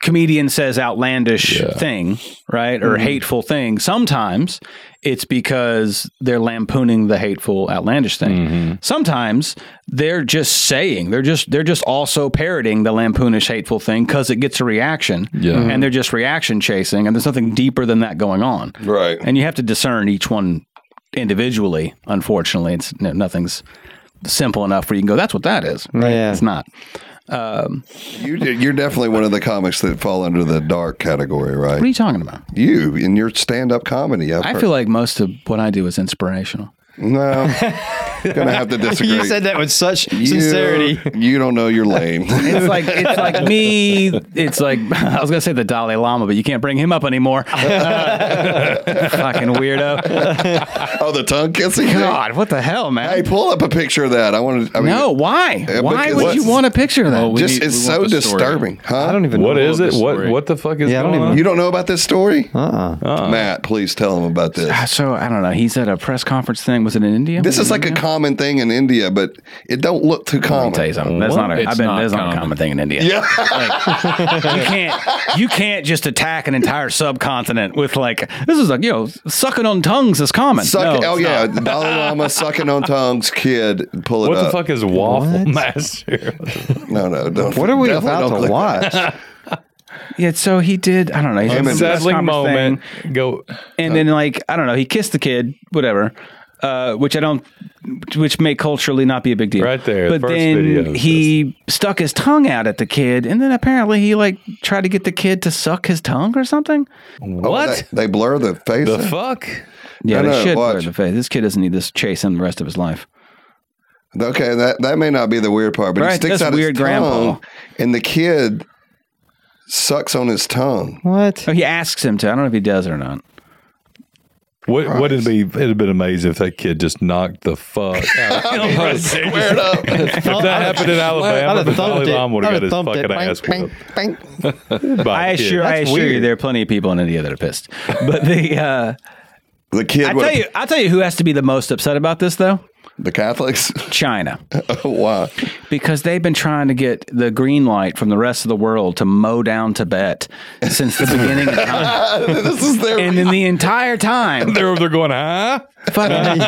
comedian says outlandish thing, right, or hateful thing. Sometimes it's because they're lampooning the hateful, outlandish thing. Sometimes they're just saying they're just they're just also parroting the lampoonish, hateful thing because it gets a reaction,
Yeah.
and they're just reaction chasing, and there's nothing deeper than that going on,
Right.
and you have to discern each one individually. Unfortunately, it's no nothing's simple enough where you can go. That's what that is. Right?
Yeah.
It's not.
You, you're definitely one of the comics that fall under the dark category,
What are
right?
you talking about?
You in your stand-up comedy. I've
I
heard-
feel like most of what I do is inspirational.
no. gonna have to disagree.
You said that with such
You-
sincerity.
You don't know your lane.
It's like it's like me. It's like I was gonna say the Dalai Lama, but you can't bring him up anymore. fucking weirdo.
oh, the tongue kissing. thing?
God, what the hell,
Hey,
man?
pull up a picture of that. I want to. I mean,
no, why?
Yeah,
Why
because-
would you
What's-
want a picture of that?
Well, we
Just
need-
it's
we
so
want the story.
disturbing, huh?
I don't even.
What
know.
is it?
the
What
story.
what the fuck is
Yeah, I don't
going
even-
on?
You don't know about this story,
Uh-uh.
Matt? Please tell him about this.
so I don't know. He's at a press conference thing. Was it in India?
This is like a
India?
common thing in India, but it don't look too
Let me tell
common.
you something. That's not a.
It's
I've been.
not
that's not a
common.
common thing in India.
Yeah.
you can't. You can't just attack an entire subcontinent with like this is like you know sucking on tongues is common.
Suck, oh
No, it's
yeah,
not.
Dalai Lama sucking on tongues, kid. Pull it
What the
up.
fuck is waffle master?
No, no, don't.
What are we
definitely
about
don't
to
click
watch?
Yeah, so he did. I don't know. He did some press
Unsettling
conference
moment.
thing.
Go.
and then like I don't know, he kissed the kid, whatever. Uh, which I don't, which may culturally not be a big deal,
Right there, the
But
first
then
video is
he stuck his tongue out at the kid, and then apparently he like tried to get the kid to suck his tongue or something. What?
Oh, They, they blur the face.
The
in?
fuck?
yeah,
No,
they
no,
should blur
watch.
the face. This kid doesn't need this chase him the rest of his life.
Okay, that that may not be the weird part, but he
Right,
sticks
that's
out
weird,
his tongue,
Grandpa.
and the kid sucks on his tongue.
What?
Oh, he asks him to. I don't know if he does or not.
What? What would it be? It'd have been amazing if that kid just knocked the fuck out. of him right there.
Squared up.
if that happened in
I'd
Alabama,
have
the
thumped
Dalai
it.
Lama would have
I'd
got his
have
fucking
thumped it.
ass
Bang,
whipped. by
I
a kid.
assure, I assure you, there are plenty of people in India that are pissed. But the, uh,
The kid
I
would
tell you, I tell you, who has to be the most upset about this though?
the Catholics. Oh,
China.
Why?
because they've been trying to get the green light from the rest of the world to mow down Tibet since the beginning of time.
Uh, this is their
And in the entire time,
They're over there going, huh?
fucking,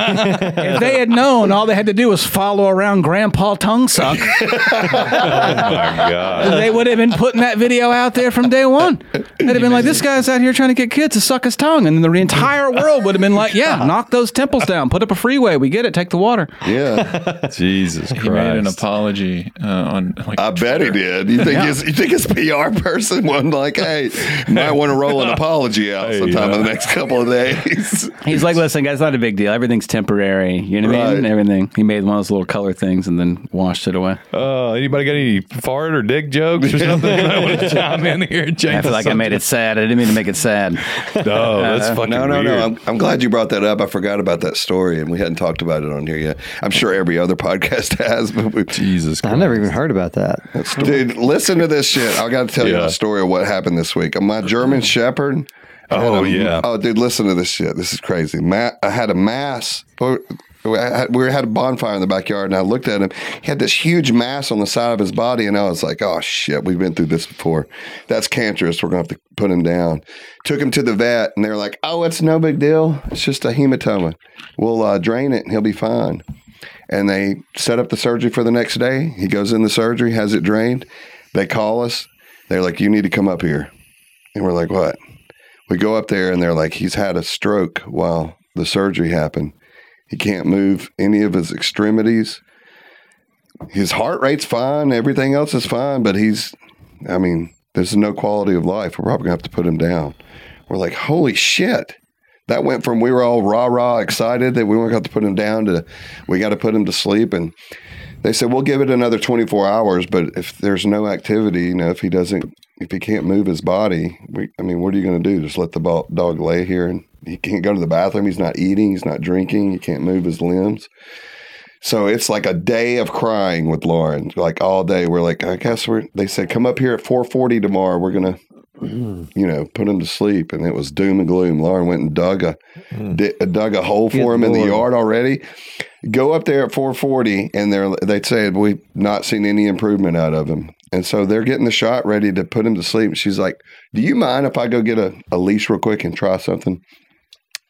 if they had known, all they had to do was follow around Grandpa Tongue Suck,
Oh My God.
they would have been putting that video out there from day one. They'd have been like, this guy's out here trying to get kids to suck his tongue. And the entire world would have been like, yeah, knock those temples down, put up a freeway. We get it, take the water.
yeah.
Jesus
He made an
Christ.
apology uh, on like
I bet he did. You think his you think his PR person wasn't like, hey, might want to roll an apology out
Hey,
sometime
yeah.
in the next couple of days.
He's like, listen, guys, not a big deal. Everything's temporary. You know what I mean?
Right.
Everything. He made one of those little color things and then washed it away.
Uh, anybody got any fart or dick jokes or something? I want to chime in here. And change
I feel like I made it Uh, sad. I didn't mean to make it sad.
No, that's fucking
No, no,
weird.
no. I'm, I'm glad you brought that up. I forgot about that story, and we hadn't talked about it on here yet. I'm sure every other podcast has, but we,
Jesus
I
Christ.
never even heard about that.
Dude, listen to this shit. I got to tell you
Yeah.
a story of what happened this week. My German Shepherd.
Oh,
had a-
yeah.
Oh, dude, listen to this shit. This is crazy. Ma- I had a mass. or- I had- We had a bonfire in the backyard, and I looked at him. He had this huge mass on the side of his body, and I was like, "Oh shit, we've been through this before. That's cancerous. We're gonna have to put him down." Took him to the vet, and they were like, "Oh, it's no big deal. It's just a hematoma. We'll uh, drain it, and he'll be fine." and they set up the surgery for the next day. He goes in the surgery, has it drained. They call us. They're like, "You need to come up here," and we're like, "What?" We go up there, and they're like, "He's had a stroke while the surgery happened. He can't move any of his extremities. His heart rate's fine. Everything else is fine, but he's, I mean, there's no quality of life. We're probably gonna have to put him down." We're like, "Holy shit!" that went from we were all rah rah excited that we weren't going to put him down to we got to put him to sleep and they said we'll give it another 24 hours but if there's no activity you know if he doesn't if he can't move his body we, i mean what are you going to do just let the bo- dog lay here and he can't go to the bathroom he's not eating he's not drinking he can't move his limbs so it's like a day of crying with lauren like all day we're like i guess we're they said come up here at 4.40 tomorrow we're going to you know, put him to sleep, and it was doom and gloom. Lauren went and dug a di- dug a hole for him in the yard already. Go up there at 4:40, and they're they said we've not seen any improvement out of him, and so they're getting the shot ready to put him to sleep. And she's like, "Do you mind if I go get a, a leash real quick and try something?"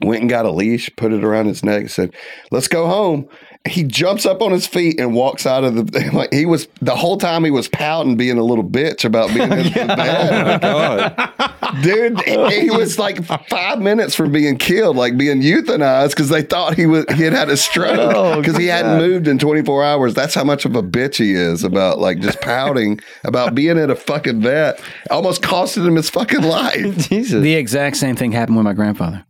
Went and got a leash, put it around his neck, and said, "Let's go home." He jumps up on his feet and walks out of the. Like he was the whole time he was pouting, being a little bitch about being in the bed dude he, he was like five minutes from being killed like being euthanized because they thought he was he had had a stroke because he hadn't moved in 24 hours that's how much of a bitch he is about like just pouting about being at a fucking vet almost costing him his fucking life
Jesus.
The exact same thing happened with my grandfather.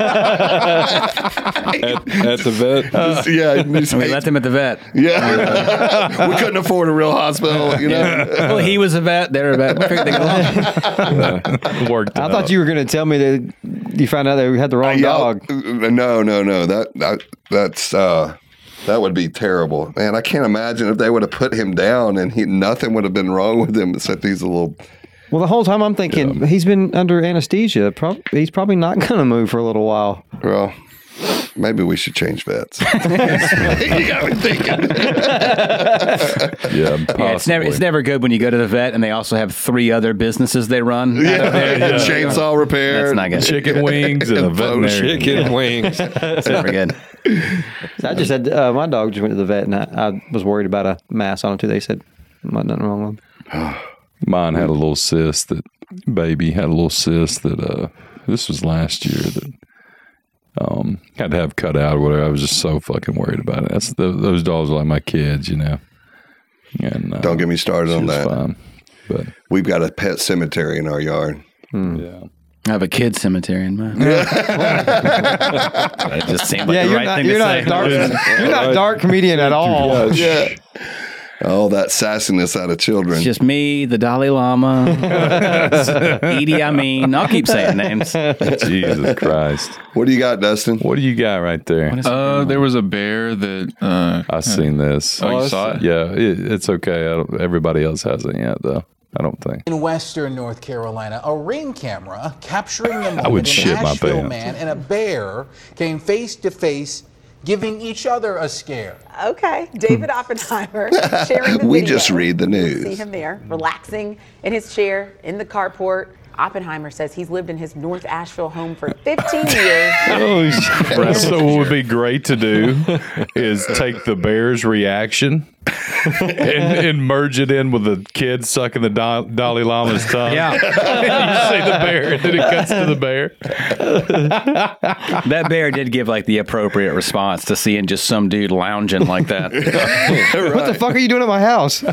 at, at the vet.
yeah he's-
We left him at the vet.
yeah we couldn't afford a real hospital you know
Well, he was a vet. They were a vet. We figured they could all-
Worked
I thought you were going to tell me that you found out that we had the wrong
uh,
Y'all-
dog.
No, no, no. That, that that's uh, that would be terrible, man. I can't imagine if they would have put him down and he nothing would have been wrong with him except he's a little.
Well, the whole time I'm thinking he's been under anesthesia. Prob- he's probably not going to move for a little while.
Well, maybe we should change vets. you got me thinking.
Yeah,
yeah, it's never it's never good when you go to the vet and they also have three other businesses they run. out of there.
Chainsaw repair.
That's not good.
chicken wings and a veterinarian.
Chicken wings.
That's never good.
I just had uh, my dog just went to the vet, and I, I was worried about a mass on him too. They said "Might nothing wrong with him.
Mine had a little cyst that baby had a little cyst that uh this was last year that um had to have cut out or whatever. I was just so fucking worried about it. That's tho- those dogs are like my kids, you know. And uh, um,
Don't get me started
she
on
was
that.
fine. But
We've got a pet cemetery in our yard.
yeah.
I have a kid cemetery in mind. that just seemed like
yeah,
the
you're
right
not
thing
you're
to
not,
say.
a dark, you're not a dark comedian at all.
Oh, Yeah. All that sassiness out of children.
It's just me, the Dalai Lama, Edie. I mean, I'll keep saying names.
Jesus Christ.
what do you got, Dustin?
What do you got right there?
Uh, there was a bear that uh,
I've seen this.
Oh, you saw it?
Yeah, it, it's okay. I don't, everybody else hasn't yet, though. I don't think.
In Western North Carolina, a ring camera capturing the
would
moment
shit
an
my
Asheville
pants.
man and a bear came face to face, giving each other a scare.
Okay, David Oppenheimer sharing the
We
video.
just read the news.
See him there, relaxing in his chair in the carport. Oppenheimer says he's lived in his North Asheville home for 15 years.
Oh, so what would be great to do is take the bear's reaction and, and merge it in with the kid sucking the Dal- Dalai Lama's tongue.
Yeah.
you see the bear, and then it cuts to the bear.
That bear did give like the appropriate response to seeing just some dude lounging like that.
What the fuck are you doing at my house?
oh,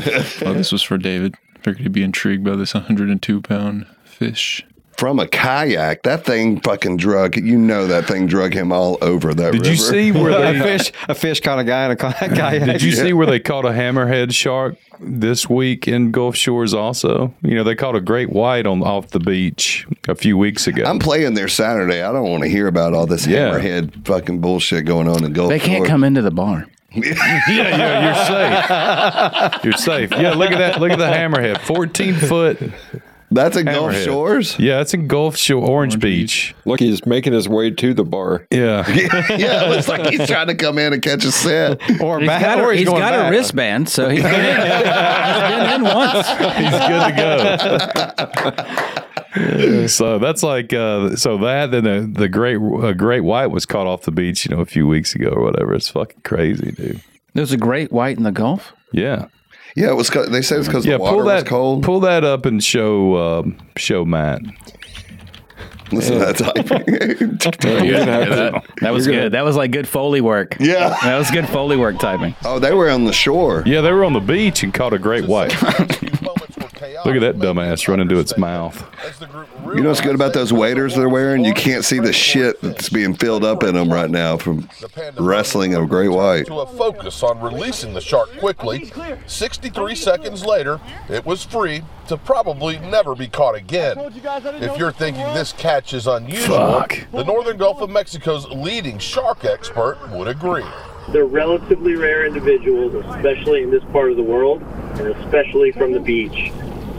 this was for David. Figured he'd be intrigued by this 102 pound fish.
From a kayak, that thing fucking drug. You know that thing drug him all over that
Did
river.
you see where
a
they
fish, a fish caught a guy in a ca- kayak.
Did you see where they caught a hammerhead shark this week in Gulf Shores? Also, you know they caught a great white on off the beach a few weeks ago.
I'm playing there Saturday. I don't want to hear about all this
Yeah.
hammerhead fucking bullshit going on in Gulf.
They can't
Shore.
come into the bar.
yeah, yeah, you're safe. You're safe. Yeah, look at that. Look at the hammerhead, 14 foot.
That's in Gulf
Hammerhead.
Shores.
Yeah, it's in Gulf Shore, Orange, Beach.
Look, he's making his way to the bar.
Yeah,
yeah, it looks like he's trying to come in and catch a set.
Or
He's
back,
got,
or
a,
he's
he's
going
got a
back.
wristband, so he's been in, he's been in once.
he's good to go. so that's like uh, so that then the, the great uh, great white was caught off the beach, you know, a few weeks ago or whatever. It's fucking crazy, dude.
There's a great white in the Gulf.
Yeah.
Yeah, it was. co- They said it's because the water
pull that
was cold.
pull that up and show um, show Matt.
Listen to that typing.
That, was good. That was like good Foley work.
Yeah.
That was good Foley work typing.
oh, they were on the shore.
Yeah, they were on the beach and caught a great white. Look at that dumbass running to its mouth.
You know what's good about those waders they're wearing? You can't see the shit that's being filled up in them right now from wrestling a great white.
To a focus on releasing the shark quickly, 63 seconds later, it was free to probably never be caught again. If you're thinking this catch is unusual,
Fuck.
the northern Gulf of Mexico's leading shark expert would agree.
They're relatively rare individuals, especially in this part of the world, and especially from the beach.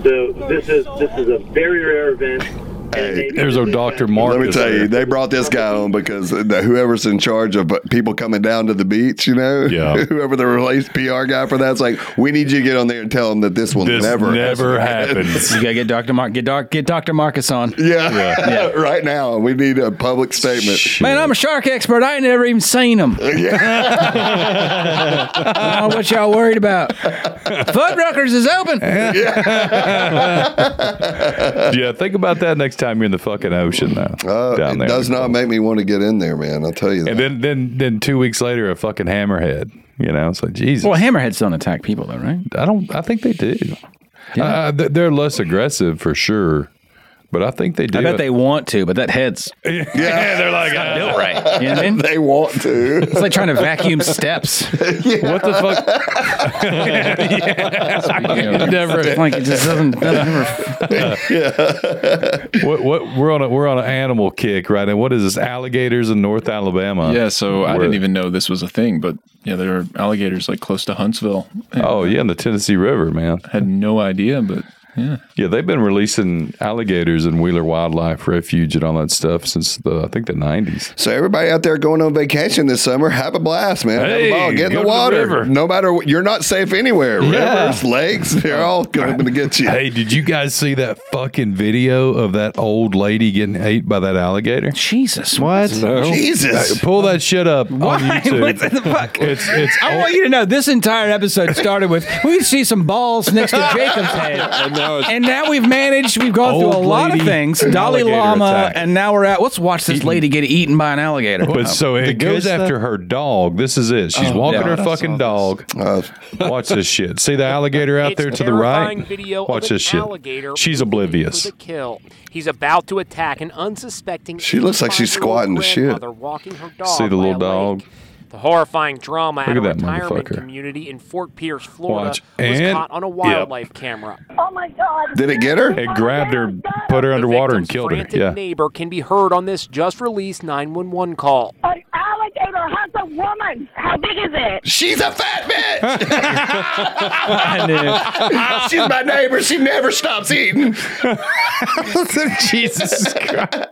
So this is this is a very rare event. and they-
There's our Dr. Mark.
Let me
is
tell you,
there.
they brought this guy on because the- whoever's in charge of people coming down to the beach, you know,
Yeah.
whoever the release PR guy for that's like, we need you to get on there and tell them that this will
This
never,
never, happens.
You gotta get Dr. Mark get Doc get Dr. Marcus on.
Yeah, right now we need a public statement.
Man, I'm a shark expert. I ain't never even seen them. what y'all worried about? Fuddruckers is open.
yeah, think about that next time you're in the fucking ocean, though.
Uh,
down there.
it does not make me want to get in there, man. I'll tell you that.
And then, then, then two weeks later, a fucking hammerhead. You know, it's like Jesus.
Well, hammerheads don't attack people though, right?
I don't. I think they do. Uh, th- they're less aggressive for sure, but I think they do.
I bet they want to, but that head's
yeah, they're like, "Ah,
built right. You know what I mean?
they want to.
It's like trying to vacuum steps.
what the fuck?
It never, like it just doesn't. doesn't ever,
what, what we're on a we're on an animal kick right now. What is this? Alligators in North Alabama.
Yeah, so I
Where-
didn't even know this was a thing, but yeah, there are alligators like close to Huntsville. I
Oh yeah, in the Tennessee River, man.
had no idea, but yeah.
Yeah, they've been releasing alligators in Wheeler Wildlife Refuge and all that stuff since the I think the nineties.
So everybody out there going on vacation this summer, have a blast, man.
Hey,
have a ball. Get in the
go to the
water.
river.
No matter what, you're not safe anywhere. Rivers, lakes, they're all going to get you.
Hey, did you guys see that fucking video of that old lady getting ate by that alligator?
Jesus,
What?
Jesus.
Pull that shit up on
Why?
YouTube.
What the fuck?
It's it's
I want you to know this entire episode started with we see some balls next to Jacob's head. now, and now we've managed. We've gone through a
Old
lot of
lady
things.
and
Dalai
alligator
Lama,
attack.
and now we're at. Let's watch this lady get eaten by an alligator.
But so it goes after her dog. This is it. She's
Oh,
walking
God,
her
I
fucking dog.
Uh,
Watch this shit. See the alligator out
It's
there to the right?
terrifying video of
Watch
an
this shit.
alligator
She's
for
oblivious.
the kill. He's about to attack an unsuspecting.
She looks like she's
85-year-old
squatting to shit.
grandmother Walking her dog
See
by
the
a
little dog?
The horrifying drama
Look
at
at
a
that
retirement
motherfucker.
community in Fort Pierce, Florida,
Watch.
was
And-
caught on a
Yep.
wildlife camera.
Oh my God.
Did it get her? It grabbed her, put her underwater, and killed her.
Frantic
Yeah.
neighbor can be heard on this just released 911 call.
An alligator has a woman. How big is it?
She's a fat bitch.
I knew.
She's my neighbor. She never stops eating.
Jesus Christ.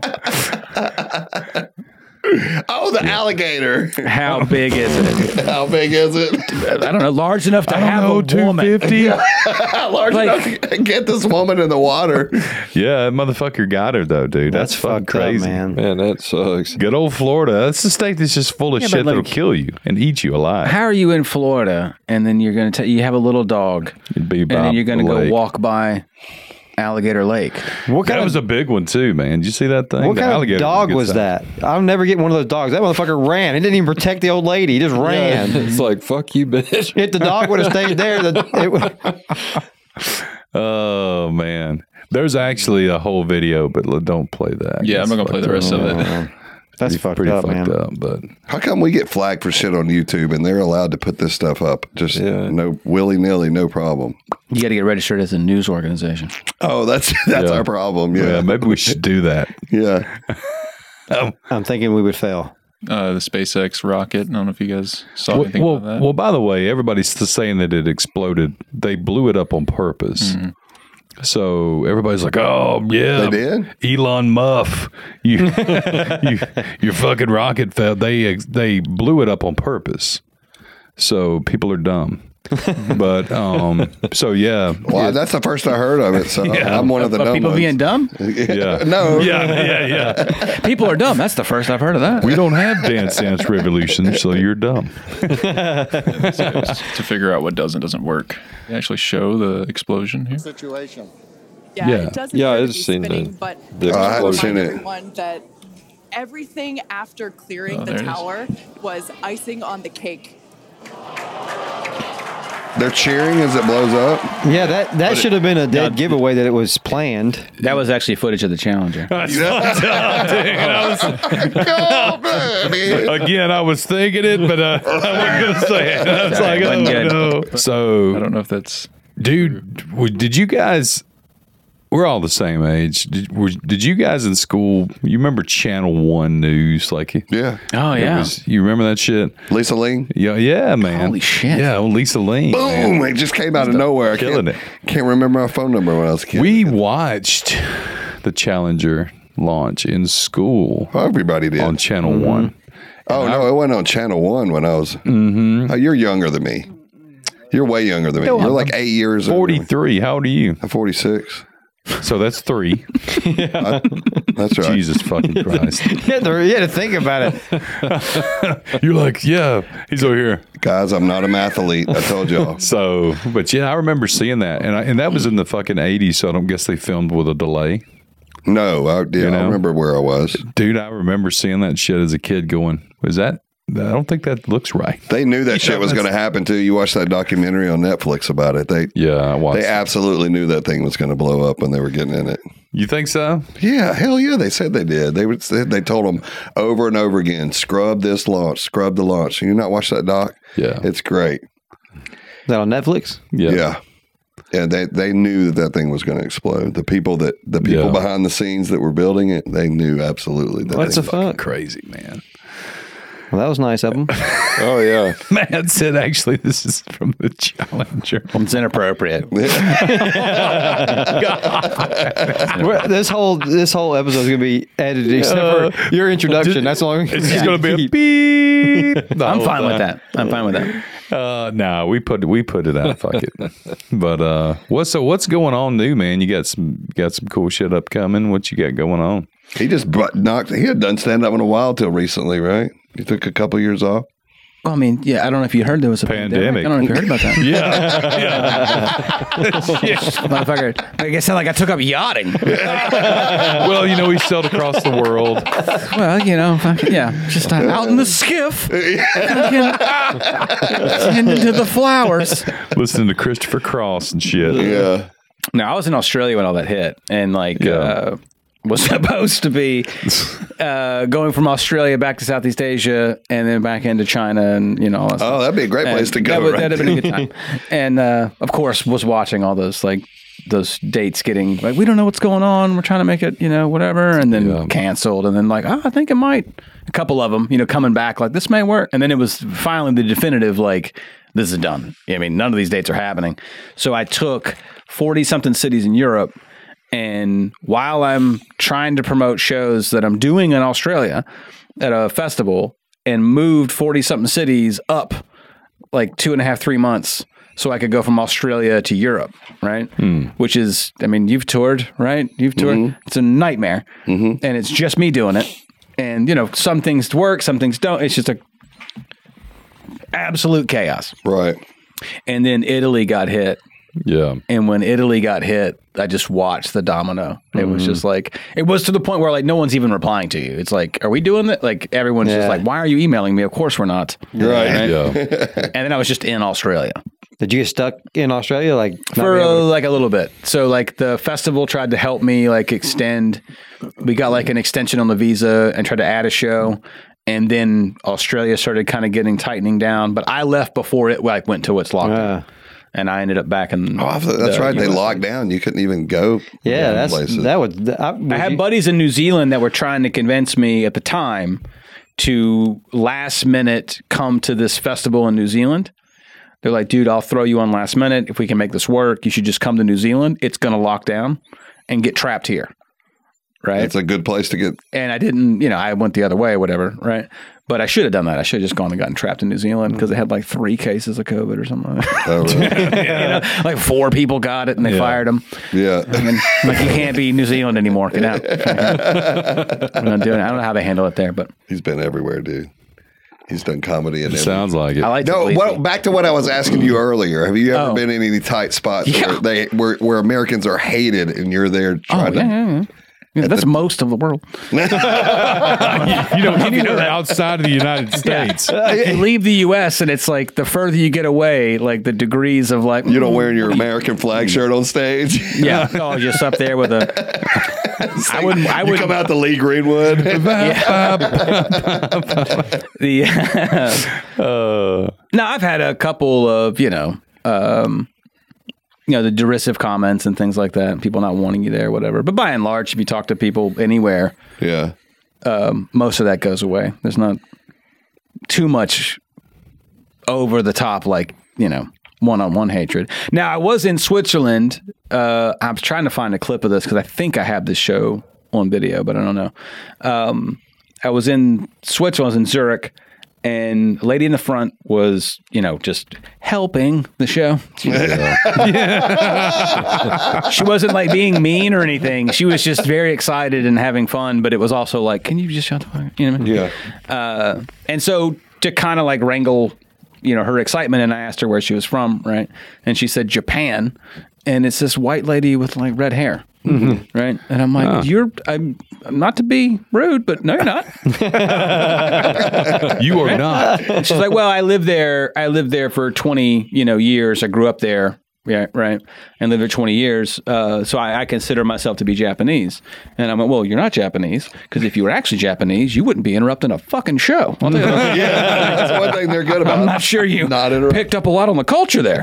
Oh, the alligator.
How big is it?
How big is it?
I don't know. Large enough to have a woman.
Large
Like-
enough to get this woman in the water.
Yeah, that motherfucker got her though, dude. That's, fucking
up,
crazy,
man.
Man, that sucks. Good old Florida. That's a state that's just full of
Yeah, but
shit that'll
like-
kill you and eat you alive.
How are you in Florida and then you're gonna ta- you have a little dog and
by
then you're gonna
the
go
lake.
walk by Alligator Lake?
What that was a big one too, man. Did you see that thing?
What
The
kind of
alligator
dog
good
was
size.
that? I'll never get one of those dogs. That motherfucker ran. It didn't even protect the old lady. He just ran.
it's like fuck you, bitch.
If the dog would have stayed there, the, it would.
Oh man, there's actually a whole video, but l- don't play that.
Yeah, I'm not gonna play the rest of it.
That's
fucked pretty
up,
fucked
man.
up. But
How come we get flagged for shit on YouTube and they're allowed to put this stuff up? Just no willy nilly, no problem.
You got to get registered as a news organization.
Oh, that's that's our problem. Yeah.
maybe we should do that.
Yeah.
I'm thinking we would fail.
Uh, the SpaceX rocket. I don't know if you guys saw
well,
anything
well,
about that.
well, by the way, everybody's th- saying that it exploded. They blew it up on purpose.
Mm-hmm.
So everybody's like, "Oh yeah,
They
Elon Muff, you, you, your fucking rocket fell. They ex- they blew it up on purpose. So people are dumb. but um, so yeah,
Well, that's the first I heard of it, so
Yeah.
I'm one of the
Of
dumb
people
ones.
being
dumb?
Yeah.
no.
Yeah, yeah, yeah.
People are dumb. That's the first I've heard of that.
We don't have Dance Dance Revolution, so you're dumb.
to figure out what does and doesn't work. They actually show the explosion here.
situation.
Yeah,
Yeah.
it doesn't
Yeah,
appear to
I've
be
seen
spinning,
the-
but
the
I just want to
explosion.
remind
Seen it.
everyone that everything after clearing
Oh,
the
there it is.
tower was icing on the cake.
They're cheering as it blows up.
Yeah, that that
But it-
should have been a dead giveaway that it was planned.
That was actually footage of the Challenger.
Again, I was thinking it, but uh, I wasn't going to say it. I was like,
Sorry, it wasn't
oh,
good.
no. So I don't
know if that's
dude. w- Did you guys? We're all the same age. Did, were, did you guys in school? You remember Channel One News? Like,
yeah.
Oh, yeah.
you remember that shit?
Lisa Ling.
Yeah, yeah, man. Holy
shit.
Yeah, well, Lisa Ling.
Boom!
man.
It just came out of nowhere. I
Killing
can't,
it.
can't remember my phone number when I was a kid.
We watched the Challenger launch in school.
Everybody did
on Channel
Mm-hmm.
One.
Oh no, it went on Channel One when I was.
Mm-hmm.
Oh, you're younger than me. You're way younger than me.
No,
you're
I'm-
like eight years.
Forty three. How old are you?
I'm forty six.
So that's three.
that's right.
Jesus fucking Christ.
Yeah, there- you had to think about it.
You're like, yeah, he's over here.
Guys, I'm not a mathlete. I told y'all.
so, but yeah, I remember seeing that, and I, and that was in the fucking '80s. So I don't guess they filmed with a delay.
No, I, yeah, I remember where I was.
Dude, I remember seeing that shit as a kid. Going, was that? I don't think that looks right.
They knew that shit was going to happen too. You watched that documentary on Netflix about it. They
yeah, I watched.
They absolutely knew that thing was going to blow up when they were getting in it.
You think so?
Yeah, hell yeah. They said they did. They would. They they told them over and over again, scrub this launch, scrub the launch. You not watch that doc?
Yeah,
it's great.
That on Netflix?
Yeah.
Yeah. Yeah, they, they knew that that thing was going to explode. The people that the people
Yeah.
behind the scenes that were building it, they knew absolutely that.
That's
thing
a
was-
fucking crazy man.
Well, that was nice of them.
oh yeah,
Matt said actually this is from the Challenger.
It's inappropriate.
Oh,
We're- this whole this whole episode is gonna be edited except
Uh,
for your introduction. That's all.
It's just gonna be a beep. the
I'm
whole
fine with
time.
that. I'm fine with that.
Uh, no, we put we put it out. Fuck it. But uh, what's so what's going on new, man? You got some got some cool shit upcoming. What you got going on?
He just butt knocked. He had done stand up in a while till recently, right? He took a couple years off.
Well, I mean, yeah, I don't know if you heard there was a
pandemic.
I don't know if you heard about that.
yeah. yeah.
Motherfucker. Make it sound like I took up yachting.
well, you know, he sailed across the world.
well, you know, fuck- yeah, just uh, out in the skiff. Tending to the flowers.
Listening to Christopher Cross and shit.
Yeah.
No, I was in Australia when all that hit, and like uh, was supposed to be uh, going from Australia back to Southeast Asia, and then back into China, and you know. All that
Oh, that'd be a
Uh,
great
And
place to go,
That would
right?
that'd have been a good time. and uh, of course, was watching all those like those dates getting like we don't know what's going on. We're trying to make it, you know, whatever, and then canceled, and then like oh, I think it might. A couple of them, you know, coming back like this may work, and then it was finally the definitive like this is done. I mean, none of these dates are happening. So I took forty something cities in Europe. And while I'm trying to promote shows that I'm doing in Australia at a festival and moved 40 something cities up like two and a half, three months so I could go from Australia to Europe, right? Which is, I mean, you've toured, right? You've toured. It's a nightmare. And it's just me doing it. And, you know, some things work, some things don't. It's just a absolute chaos.
Right.
And then Italy got hit.
Yeah.
And when Italy got hit, I just watched the domino. It was
Mhm.
just like it was to the point where like no one's even replying to you. It's like, are we doing that? Like everyone's
Yeah.
just like, why are you emailing me? Of course we're not.
Right.
Yeah.
and then I was just in Australia
Did you get stuck in Australia? Like not
for
being able
uh,
to-
like a little bit. So like the festival tried to help me like extend. We got like an extension on the visa and tried to add a show, and then Australia started kind of getting tightening down. But I left before it like went to its lockdown, and I ended up back in.
Oh, I thought- that's right. They locked down. You couldn't even go.
Yeah, that's-
that would. I, would
I had
you-
buddies in New Zealand that were trying to convince me at the time to last minute come to this festival in New Zealand. They're like, dude, I'll throw you on last minute. If we can make this work, you should just come to New Zealand. It's going to lock down and get trapped here. Right.
It's a good place to get.
and I didn't, you know, I went the other way, whatever, right? But I should have done that. I should have just gone and gotten trapped in New Zealand because they had like three cases of COVID or something. Like, that.
Oh, really?
You know, like four people got it and they
Yeah.
fired them.
yeah.
And like you can't be New Zealand anymore. Get out. I'm not doing it. I don't know how they handle it there, but
He's been everywhere, dude. He's done comedy and
Sounds like it.
I like
no,
Tbilisi.
well, back to what I was asking you earlier. Have you ever
Oh.
been in any tight spots where they where, where Americans are hated and you're there
oh, yeah,
trying to?
yeah, yeah. Yeah, that's most of the world.
you know, anywhere outside of the United States.
If you leave the U.S. and it's like the further you get away, like the degrees of like "Mm,
You don't wear your American flag shirt on stage.
yeah, no, just up there with a. I wouldn't. I
You
would
come out to Lee Greenwood.
the no i've had a couple of you know um you know the derisive comments and things like that and people not wanting you there whatever but by and large if you talk to people anywhere
yeah
um most of that goes away there's not too much over the top like you know one-on-one hatred now i was in switzerland uh i'm trying to find a clip of this because i think i have this show on video but i don't know um i was in switzerland i was in zurich and a lady in the front was you know just helping the show she wasn't like being mean or anything she was just very excited and having fun but it was also like can you just shut the fuck up? you know what I mean?
yeah.
uh, and so to kind of like wrangle you know her excitement and i asked her where she was from right and she said japan and it's this white lady with like red hair right and i'm like
Huh.
you're i'm not to be rude but no you're not
You are not.
And she's like well i lived there i lived there for 20 you know years i grew up there yeah right and lived there 20 years uh, so I, I consider myself to be japanese and i'm like well you're not japanese because if you were actually japanese you wouldn't be interrupting a fucking show I'll tell you that.
yeah, that's one thing they're good about.
I'm not sure you picked up a lot on the culture there.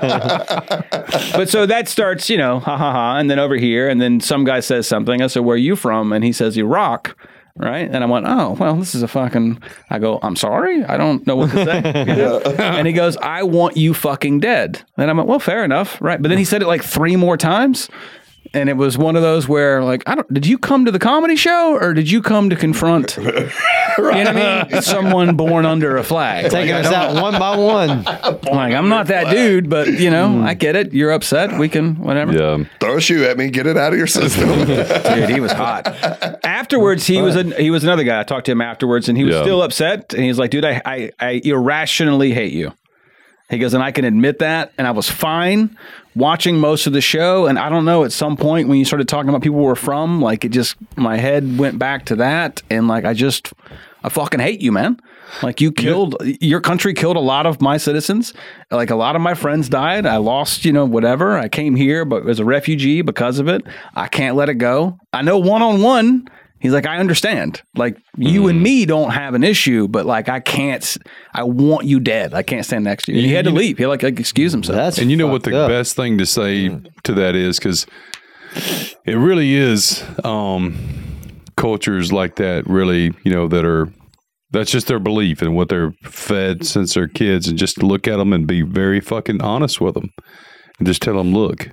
But, but so that starts, you know, ha ha ha. And then over here, and then some guy says something. I said, Where are you from? And he says, Iraq. Right. And I went, Oh, well, this is a fucking. I go, I'm sorry. I don't know what to say. You know? and he goes, I want you fucking dead. And I'm like, Well, fair enough. Right. But then he said it like three more times. And it was one of those where, like, I don't, did you come to the comedy show or did you come to confront You know what I mean? Someone born under a flag.
Taking
Like, I
us out
don't-
one by one.
Like, I'm not that dude, but you know, I get it. You're upset. We can, whatever.
Yeah.
Throw a shoe at me. Get it out of your system.
Dude, he was hot. Afterwards, he was an, he was another guy. I talked to him afterwards, and he was
Yeah.
still upset. And he was like, "Dude, I, I I irrationally hate you." He goes, and I can admit that. And I was fine watching most of the show. And I don't know, at some point when you started talking about people were from, like it just my head went back to that, and like I just I fucking hate you, man. Like you killed your country killed a lot of my citizens. Like a lot of my friends died. I lost, you know, whatever. I came here but as a refugee because of it. I can't let it go. I know one on one He's like, I understand. Like you
Mm-hmm.
and me don't have an issue, but like I can't. s- I want you dead. I can't stand next to you. And he had to leave. He like, like excuse himself.
and you know what the best thing to say to that is because it really is um, cultures like that really you know that are that's just their belief and what they're fed since they're kids and just look at them and be very fucking honest with them and just tell them look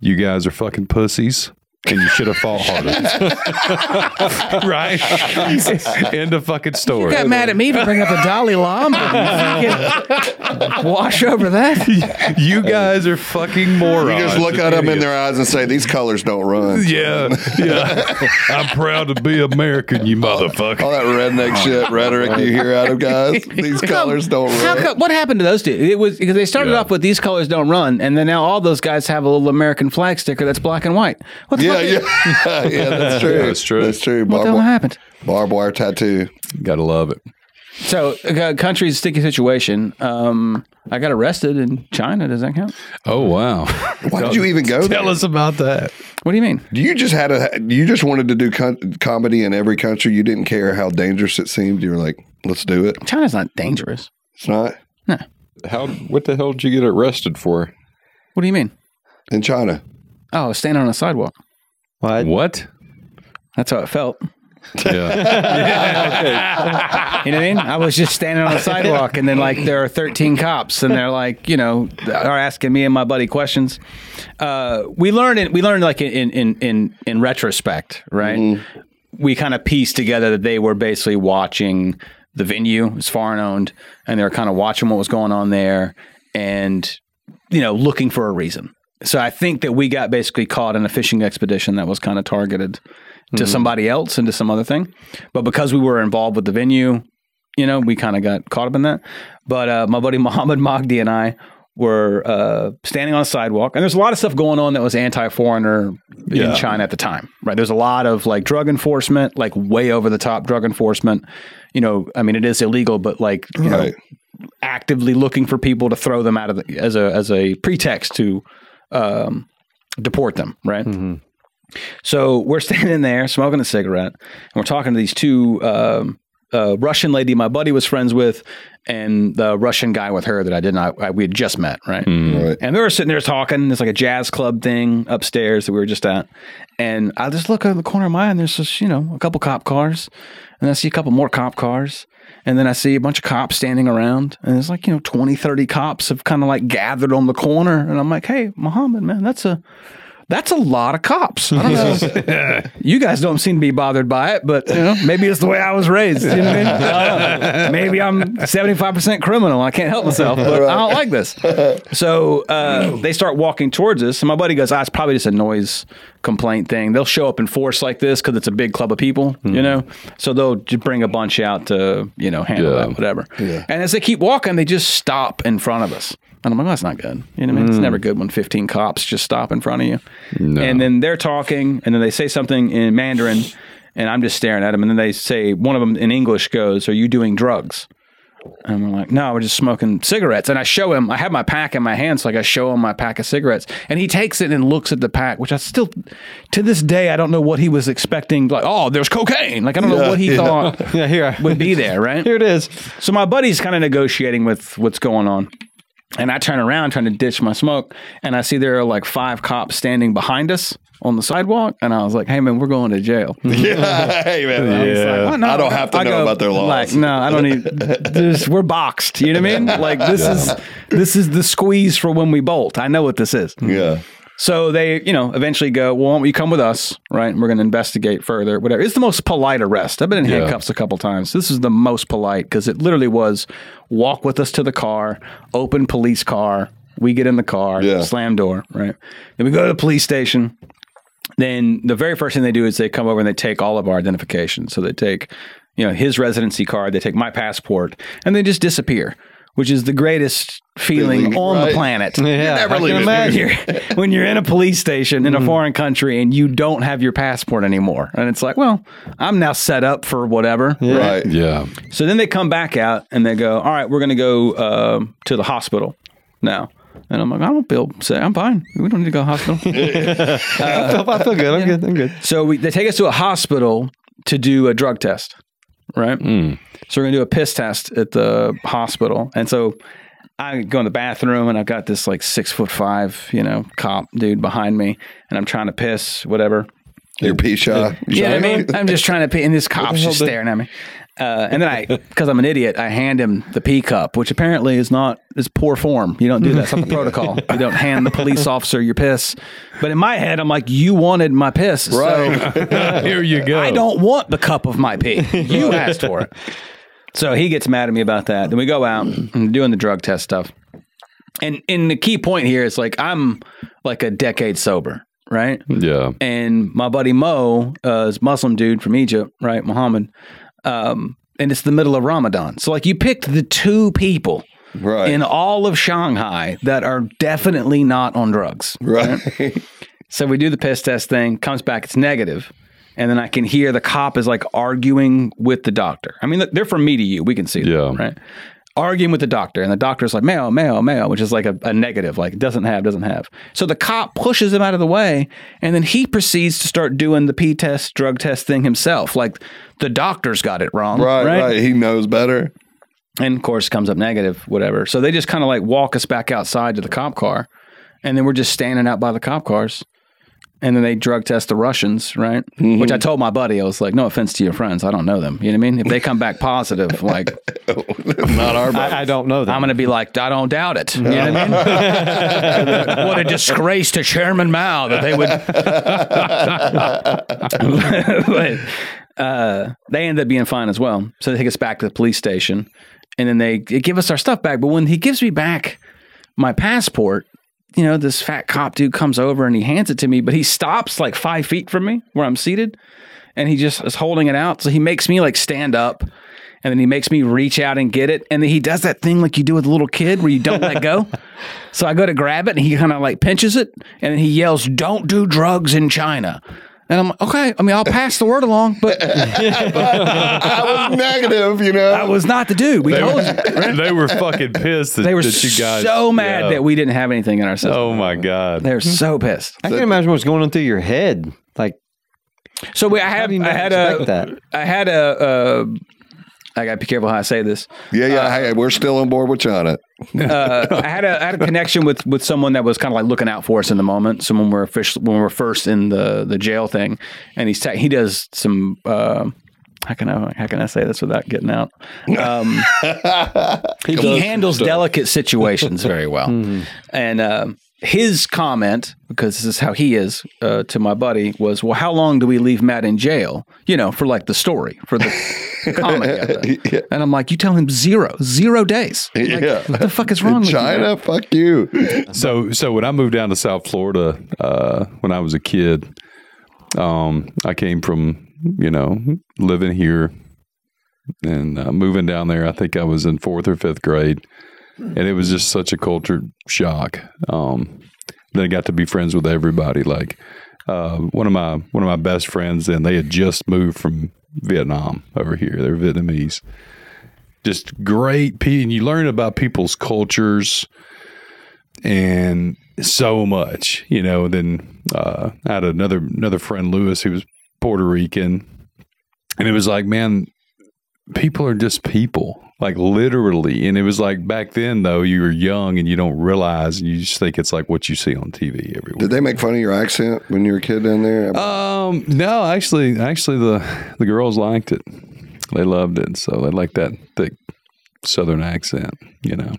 you guys are fucking pussies and you should have fought harder right end of fucking
You
story
got mad at me for bringing up the Dalai Lama. You fucking Wash over that.
you guys are fucking
Oh,
morons.
You just look at them in their eyes and say, "These colors don't run."
Yeah, yeah. I'm proud to be American, you motherfucker.
All that redneck shit rhetoric you hear out of guys. These colors don't
How
run.
come, what happened to those two? It was because they started off with these colors don't run, and then now all those guys have a little American flag sticker that's black and white. What the
Yeah, yeah,
fuck?
yeah. That's true.
Yeah, that's true.
That's true.
What the hell
wi-
happened?
Barbed wire tattoo.
Gotta love it.
So, uh, country's sticky situation. Um, I got arrested in China. Does that count?
Oh wow!
Why did you even go?
Tell
there?
us about that.
What do you mean?
You just had a. You just wanted to do con- comedy in every country. You didn't care how dangerous it seemed. You were like, "Let's do it."
China's not dangerous.
It's not
How? What the hell did you get arrested for?
What do you mean?
in China.
Oh, standing on a sidewalk.
What?
What?
That's how it felt.
Yeah.
You know what I mean? I was just standing on the sidewalk, and then like there are 13 cops, and they're like, you know, are asking me and my buddy questions. Uh, we learned it. We learned like in in in in retrospect, right? We kind of pieced together that they were basically watching the venue. It was foreign owned, and they were kind of watching what was going on there, and you know, looking for a reason. So I think that we got basically caught in a fishing expedition that was kind of targeted to somebody else and to some other thing. But because we were involved with the venue, you know, we kind of got caught up in that. But uh, my buddy Mohammed Magdi and I were uh, standing on a sidewalk, and there's a lot of stuff going on that was anti-foreigner
Yeah.
in China at the time, right? There's a lot of like drug enforcement, like way over the top drug enforcement. You know, I mean, it is illegal, but like you know,
Right.
actively looking for people to throw them out of the, as a as a pretext to um, deport them, right? So we're standing there smoking a cigarette, and we're talking to these two um, uh, Russian lady my buddy was friends with, and the Russian guy with her that I did not I, we had just met, right?
Right.
And they were sitting there talking. It's like a jazz club thing upstairs that we were just at, and I just look out the corner of my eye, and there's just you know a couple cop cars, and I see a couple more cop cars. And then I see a bunch of cops standing around, and it's like, you know, 20, 30 cops have kind of like gathered on the corner. And I'm like, hey, Muhammad, man, that's a that's a lot of cops. I don't know. you guys don't seem to be bothered by it, but you know, maybe it's the way I was raised. You know what I mean? I don't know. Maybe I'm 75% criminal. I can't help myself, but I don't like this. So uh, they start walking towards us. And my buddy goes, ah, it's probably just a noise complaint thing. They'll show up in force like this because it's a big club of people, you know? So they'll just bring a bunch out to, you know, handle
Yeah.
that, whatever. And as they keep walking, they just stop in front of us. And I'm like, oh, that's not good. You know what I mean?
Mm.
It's never good when 15 cops just stop in front of you. And then they're talking, and then they say something in Mandarin, and I'm just staring at them. And then they say, one of them in English goes, Are you doing drugs? And I'm like, No, we're just smoking cigarettes. And I show him, I have my pack in my hand, so like I show him my pack of cigarettes. And he takes it and looks at the pack, which I still, to this day, I don't know what he was expecting. Like, oh, there's cocaine. Like, I don't know what he thought
Yeah, here. I-
would be there, right?
Here it is.
So my buddy's kind of negotiating with what's going on. And I turn around trying to ditch my smoke, and I see there are like five cops standing behind us on the sidewalk. And I was like, hey, man, we're going to jail.
Yeah. hey man.
Yeah.
Oh, no,
I don't have to know
go,
about their laws.
Like, no, I don't need. This, we're boxed. You know what I mean? Like this is this is the squeeze for when we bolt. I know what this is.
Yeah.
So they, you know, eventually go, well, why don't you come with us, right? And we're going to investigate further, whatever. It's the most polite arrest. I've been in
Yeah.
handcuffs a couple times. This is the most polite because it literally was walk with us to the car, open police car. We get in the car, slam door, right? Then we go to the police station. Then the very first thing they do is they come over and they take all of our identification. So they take, you know, his residency card, they take my passport, and they just disappear, which is the greatest feeling,
Feeling,
on
right?
the planet.
You're Yeah, never I can leaving. imagine. Mm-hmm.
When you're- when you're in a police station in a foreign country and you don't have your passport anymore. And it's like, well, I'm now set up for whatever.
Right.
Yeah.
So then they come back out and they go, all right, we're going to go uh, to the hospital now. And I'm like, I don't feel sick. I'm fine. We don't need to go to the hospital.
I, feel, I feel good. I'm good. I'm good.
So we, they take us to a hospital to do a drug test, right?
Hmm.
So we're gonna do a piss test at the hospital, and so I go in the bathroom, and I've got this like six foot five, you know, cop dude behind me, and I'm trying to piss, whatever.
Your pee shot.
Yeah, I mean, I'm just trying to pee, and this cop's
hell
just
did-
staring at me. Uh, and then I, because I'm an idiot, I hand him the pee cup, which apparently is not is poor form. You don't do that. It's not the protocol. You don't hand the police officer your piss. But in my head, I'm like, you wanted my piss, So
Right. Here you go.
I don't want the cup of my pee. You asked for it. So he gets mad at me about that. Then we go out and doing the drug test stuff. And and the key point here is like I'm like a decade sober, right?
Yeah.
And my buddy Mo uh, is Muslim dude from Egypt, right? Muhammad. Um, and it's the middle of Ramadan. So like you picked the two people
right.
in all of Shanghai that are definitely not on drugs.
Right.
So we do the piss test thing, comes back, it's negative, And then I can hear the cop is like arguing with the doctor. I mean, look, they're from me to you. We can see them, right? Arguing with the doctor. And the doctor's like, male, male, male, which is like a, a negative, like doesn't have, doesn't have. So the cop pushes him out of the way. And then he proceeds to start doing the pee test, drug test thing himself. Like the doctor's got it wrong.
Right, right. He knows better.
And of course, comes up negative, whatever. So they just kind of like walk us back outside to the cop car. And then we're just standing out by the cop cars. And then they drug test the Russians, right? Which I told my buddy, I was like, no offense to your friends. I don't know them. You know what I mean? If they come back positive, like,
not our
I,
don't know them.
I'm going to be like, I don't doubt it. You know what I mean? what a disgrace to Chairman Mao that they would. but uh, they end up being fine as well. So they take us back to the police station and then they, they give us our stuff back. But when he gives me back my passport, you know, this fat cop dude comes over and he hands it to me, but he stops like five feet from me where I'm seated and he just is holding it out. So he makes me like stand up and then he makes me reach out and get it. And then he does that thing like you do with a little kid where you don't let go. So I go to grab it and he kind of like pinches it and then he yells, Don't do drugs in China. And I'm like, okay. I mean, I'll pass the word along, but
I was negative, you know. I
was not the dude. We
They
told
were,
you.
they were fucking pissed that,
They were
that you guys
so mad that we didn't have anything in our system.
Oh my god.
They're so pissed.
I can imagine what's going on through your head. Like,
So we, I had, I had a,
expect that?
I had a, uh, I gotta be careful how I say this.
Yeah, yeah. hey, we're still on board with China.
uh, I had a I had a connection with with someone that was kind of like looking out for us in the moment. So when we're official, when we're first in the the jail thing, and he's ta- he does some. Uh, how can I how can I say this without getting out? Um, he
does Mm-hmm.
handles
stuff.
delicate situations very well, and um his comment because this is how he is uh, to my buddy was, "Well, how long do we leave Matt in jail? You know, for like the story for the comic." of it." And I'm like, you tell him zero, zero days. Like, What the fuck is wrong with you, man?
fuck you.
so so when I moved down to South Florida uh, when I was a kid, um, I came from you know living here and uh, moving down there. I think I was in fourth or fifth grade, and it was just such a culture shock. Um, then I got to be friends with everybody. Like uh, one of my one of my best friends, and they had just moved from Vietnam over here. They're Vietnamese. Just great, pe- and you learn about people's cultures and so much, you know. Then uh, I had another another friend, Lewis, who was Puerto Rican, and it was like, man, people are just people, like literally. And it was like back then, though, you were young and you don't realize, and you just think it's like what you see on TV everywhere.
Did they make fun of your accent when you were a kid down there?
Um, no, actually, actually, the the girls liked it. They loved it, so they liked that thick Southern accent, you know.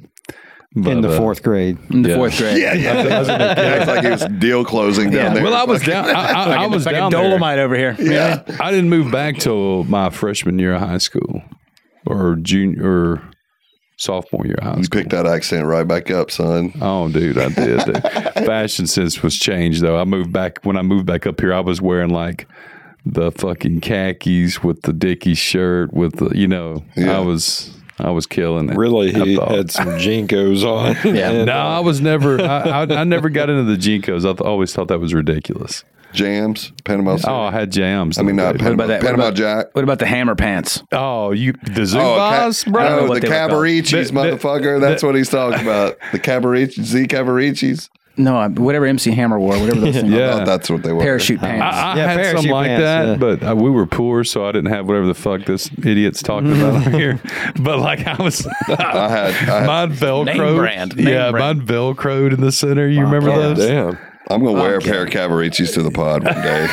uh,
in the fourth grade.
In
the
fourth grade.
Yeah, yeah. Acts like he was deal closing down there.
Well, I was
Fucking-
down. I, I, I
Fucking-
was
fucking
down there.
Dolomite over here.
Yeah, I didn't move back till my freshman year of high school, or junior, or sophomore year of high school.
You picked that accent right back up, son.
Oh, dude, I did. Fashion sense was changed though. I moved back when I moved back up here. I was wearing like the fucking khakis with the dicky shirt with the you know.
Yeah.
I was I was killing it.
Really,
I
he
thought.
had some jinkos on.
no, I was never. I, I, I never got into the jinkos. I th- always thought that was ridiculous.
Jams, Panama.
Oh, I had jams.
I mean, not Panama, Panama
what about,
Jack.
What about the hammer pants?
Oh, you the
ca-
Zubas, bro.
No, the Cabarichis, motherfucker. That's
the-
what he's talking about. The Cabarichis, Z Cabarichis.
No, I- whatever MC Hammer wore, whatever those things.
I
Yeah.
thought that's what they were.
Uh, Parachute
I,
pants.
I
Yeah,
had something
parachute
like
pants,
that,
yeah.
but uh, we were poor, so I didn't have whatever the fuck this idiot's talking about over here. But like I was,
I had, I had
mine velcroed.
brand, name
yeah,
brand.
mine velcroed in the center. You remember those?
Damn.
I'm gonna wear a pair of Cabarichis to the pod one day.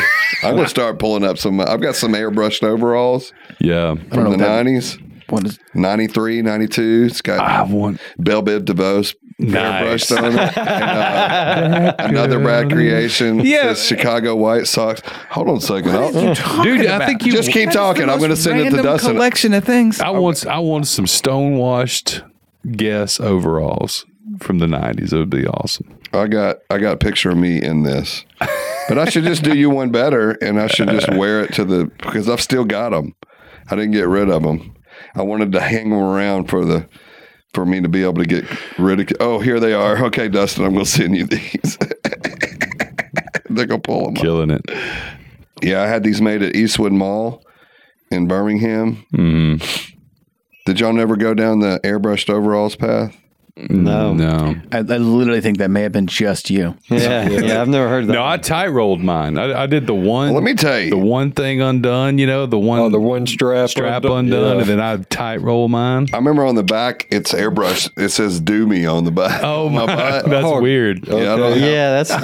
I'm gonna start pulling up some. I've got some airbrushed overalls
Yeah,
from the '90s,
What is,
93, 92. It's got
I want
Bell Bib DeVos
Ah. Nice.
airbrushed on it. And, uh, another Brad creation.
Yeah.
Says Chicago White Sox. Hold on a second. I'll-
dude. I
about?
think you
just keep talking. I'm gonna send it to Dustin.
collection of things.
I want I want some stonewashed guess overalls from the '90s. It would be awesome.
I got I got a picture of me in this, but I should just do you one better, and I should just wear it to the because I've still got them. I didn't get rid of them. I wanted to hang them around for the for me to be able to get rid of. Oh, here they are. Okay, Dustin, I'm gonna send you these. They're gonna pull them.
Killing it.
Yeah, I had these made at Eastwood Mall in Birmingham.
Mm-hmm.
Did y'all never go down the airbrushed overalls path?
No, no,
I, I literally think that may have been just you.
Yeah, yeah. I've never heard of that.
no. I tight rolled mine. I, I did the one.
Let me tell you.
the one thing undone. You know, the one
Oh, the one strap,
strap
undo-
undone,
yeah.
and then I tight roll mine.
I remember on the back, it's airbrushed. It says "Do me" on the back.
Oh my,
butt.
that's weird.
Yeah, I don't have-
yeah, that's
I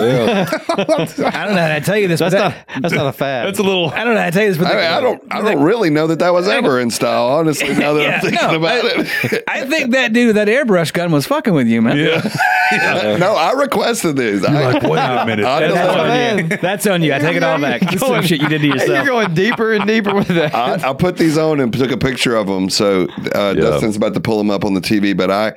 don't know how to tell you this.
that's
but
not
that-
that's not a fad.
That's a little.
I don't know how to tell you this, but
I, mean,
that-
I don't. I don't really know that that was ever in style. Honestly, now that
Yeah,
I'm thinking
no,
about
I-
it.
I think that dude with that airbrush gun was fucking with you, man.
Yeah.
no, I requested these. I,
Like, wait a minute.
I
That's,
don't-
on you. That's on you. I take it all back. That's some shit you did to
You're
yourself.
going deeper and deeper with that.
I, I put these on and took a picture of them. So uh, Dustin's about to pull them up on the TV, but I,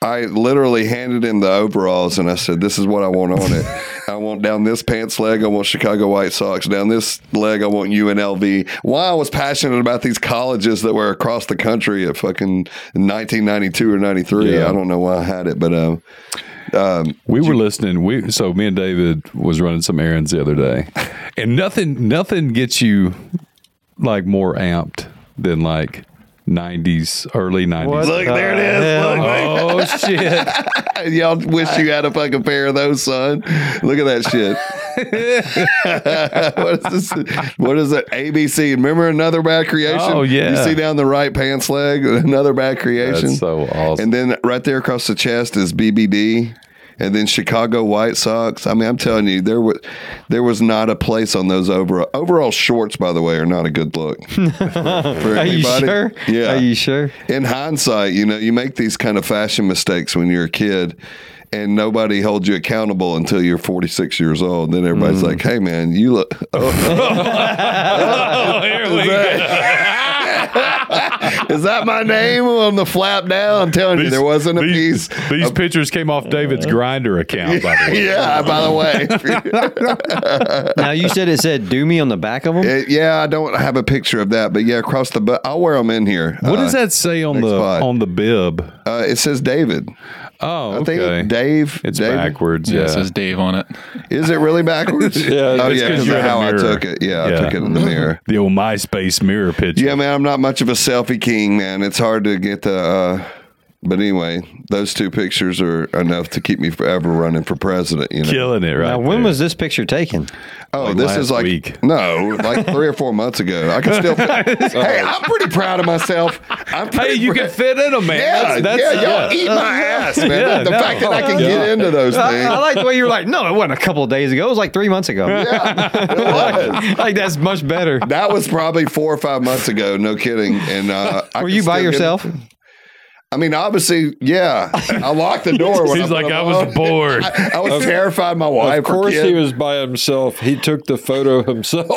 I literally handed him the overalls and I said, "This is what I want on it. I want down this pants leg. I want Chicago White Sox. Down this leg, I want UNLV." Why I was passionate about these colleges that were across the country at fucking 1992 or 93. I don't know why I had it, but um,
We were listening. We so me and David was running some errands the other day, and nothing nothing gets you like more amped than like '90s early '90s.
look, there it is. Look,
Oh shit!
Y'all wish you had a fucking pair of those, son. Look at that shit. what is this? What is that? ABC. Remember another bad creation?
Oh, yeah.
You see down the right pants leg, another bad creation.
That's so awesome.
And then right there across the chest is BBD. And then Chicago White Sox. I mean, I'm telling you, there was there was not a place on those overall overall shorts. By the way, are not a good look. For
Are you
anybody.
sure?
Yeah
Are you sure?
in hindsight, you know, you make these kind of fashion mistakes when you're a kid and nobody holds you accountable until you're 46 years old. Then
Mm.
everybody's like, hey, man, you look.
oh, here we go.
Is that my name on the flap down? I'm telling you, there wasn't a
these,
piece.
These
of-
pictures came off David's grinder account. By the way.
yeah, by the way.
Now you said it said "do me" on the back of them.
It- yeah, I don't have a picture of that, but yeah, across the butt. I'll wear them in here.
What
uh,
does that say on
next
the
slide.
on the bib?
Uh, it says David.
Oh,
I think
okay.
Dave.
It's
David.
backwards.
Yeah,
Yeah. Uh,
it says Dave on it.
Is it really backwards?
Yeah,
Oh,
it's
yeah,
'cause
because
you're
of
in a
how I
mirror.
took it. Yeah,
Yeah.
I took it in the mirror.
the old MySpace mirror picture.
Yeah, man, I'm not much of a selfie king, man. It's hard to get the. Uh, but anyway, those two pictures are enough to keep me forever running for president. You know.
killing it right.
now, when
there.
was this picture taken?
oh,
like
this
last
is like
week.
no, like three or four months ago. I can still. hey, I'm pretty proud of myself. I'm
Hey,
pretty
you
pr-
can fit in them, man.
Yeah,
that's, that's,
yeah, y'all eat my ass, man.
Yeah,
the
no.
fact that I can get into those
I, I
things.
like the way you were like, no, it wasn't a couple of days ago. It was like three months ago. like, like, that's much better.
That was probably four or five months ago. No kidding. And uh, I
Were
can
you by
still get-
yourself?
I mean, obviously, yeah. I locked the door. When
He's
I put
like,
him
"I was
on."
bored."
I, I was
Of-
terrified. My wife.
Of course,
or
he
kid.
was by himself. He took the photo himself.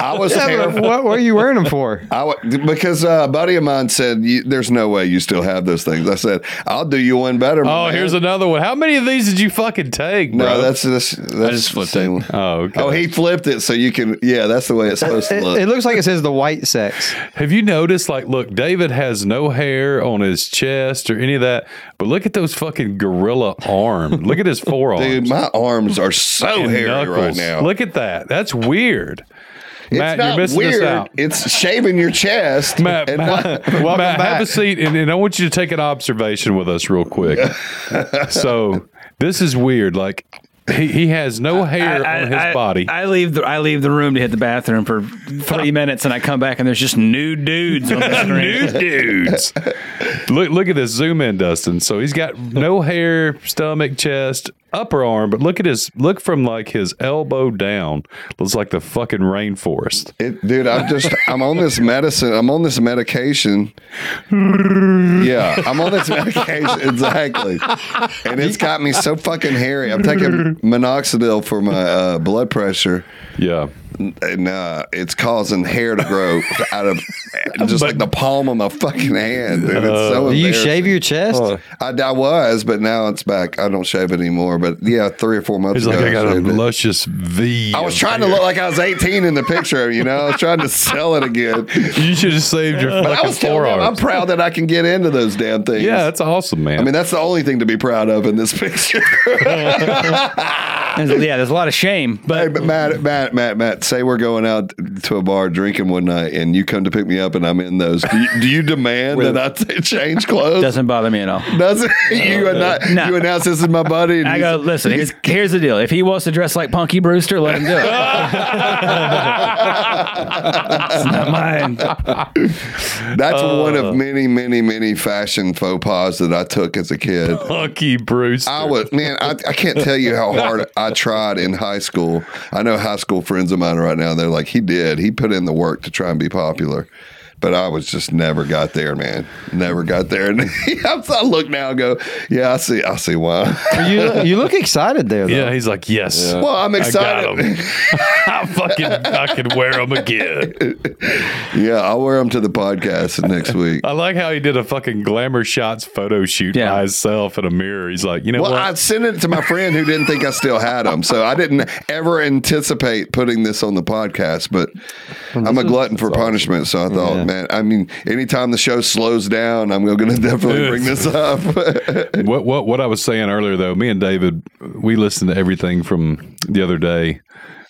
I was terrified.
what, what are you wearing them for?
I w- because uh, a buddy of mine said, you, "There's no way you still have those things." I said, "I'll do you one better."
Oh, here's another one. How many of these did you fucking take,
no.
bro?
That's this. That's just flipped it.
Oh, okay.
Oh, he flipped it so you can. Yeah, that's the way it's supposed to
It,
look.
it looks like it says the white sex.
Have you noticed? Like, look, David has no hair on his chest or any of that, but look at those fucking gorilla arms. Look at his forearms.
Dude, my arms are so
And
hairy right
knuckles.
now.
Look at that. That's weird. Matt, you're missing this out.
It's shaving your chest.
Matt,
and
Matt,
not-
Matt, have a seat, and, and I want you to take an observation with us real quick. so this is weird. Like he, he has no hair
I-
on his
I-
body.
I leave the I leave the room to hit the bathroom for three minutes, and I come back and there's just nude dudes on the screen.
New dudes. look look at this zoom in, Dustin. So he's got no hair, stomach, chest, upper arm, but look at his look from like his elbow down. Looks like the fucking rainforest.
It, dude, I'm just I'm on this medicine. I'm on this medication. Yeah, I'm on this medication exactly, and it's got me so fucking hairy. I'm taking minoxidil for my uh, blood pressure,
Yeah.
and uh, it's causing hair to grow out of just like the palm of my fucking hand. Dude. It's so
Uh,
Do you
embarrassing. Oh.
shave your chest?
I, I was, but now it's back. I don't shave it anymore. But yeah, three or four months
He's
ago,
like, I got a
shaved it.
luscious V.
I was trying to look like I was 18 in the picture, you know. I was trying to sell it again.
You should have saved your
But I
fucking
was telling him, I'm
forearm.
proud that I can get into those damn things.
Yeah, that's awesome, man.
I mean, that's the only thing to be proud of in this picture.
There's- yeah, there's a lot of shame, but
Hey, but Matt, Matt, Matt, Matt, say we're going out to a bar drinking one night, and you come to pick me up, and I'm in those. Do you, do you demand that I t- change clothes?
doesn't bother me at all.
Doesn't you and I,
No.
you announce this is my buddy? And
I
you-
go, listen, here's, here's the deal. If he wants to dress like Punky Brewster, let him do it. it's not mine.
That's one
uh,
of many, many, many fashion faux pas that I took as a kid.
Punky Brewster.
I was man. I, I can't tell you how hard I tried in high school. I know high school friends of mine right now. They're like, he did. He put in the work to try and be popular, but I was just never got there, man. Never got there. And I look now and go, yeah, I see. I see why.
You you look excited
uh,
there. Though.
yeah, he's like, yes.
Well, I'm
I got
excited.
'em. I fucking I can wear them again.
yeah, I'll wear them to the podcast next week.
I like how he did a fucking glamour shots photo shoot by himself in a mirror. He's like, you know
Well,
what?
I sent it to my friend who didn't think I still had them, so I didn't ever anticipate putting this on the podcast. But I'm a glutton for punishment, so I thought, man, I mean, anytime the show slows down, I'm going to definitely bring this up.
what what what I was saying earlier though, me and David, we listened to everything from the other day,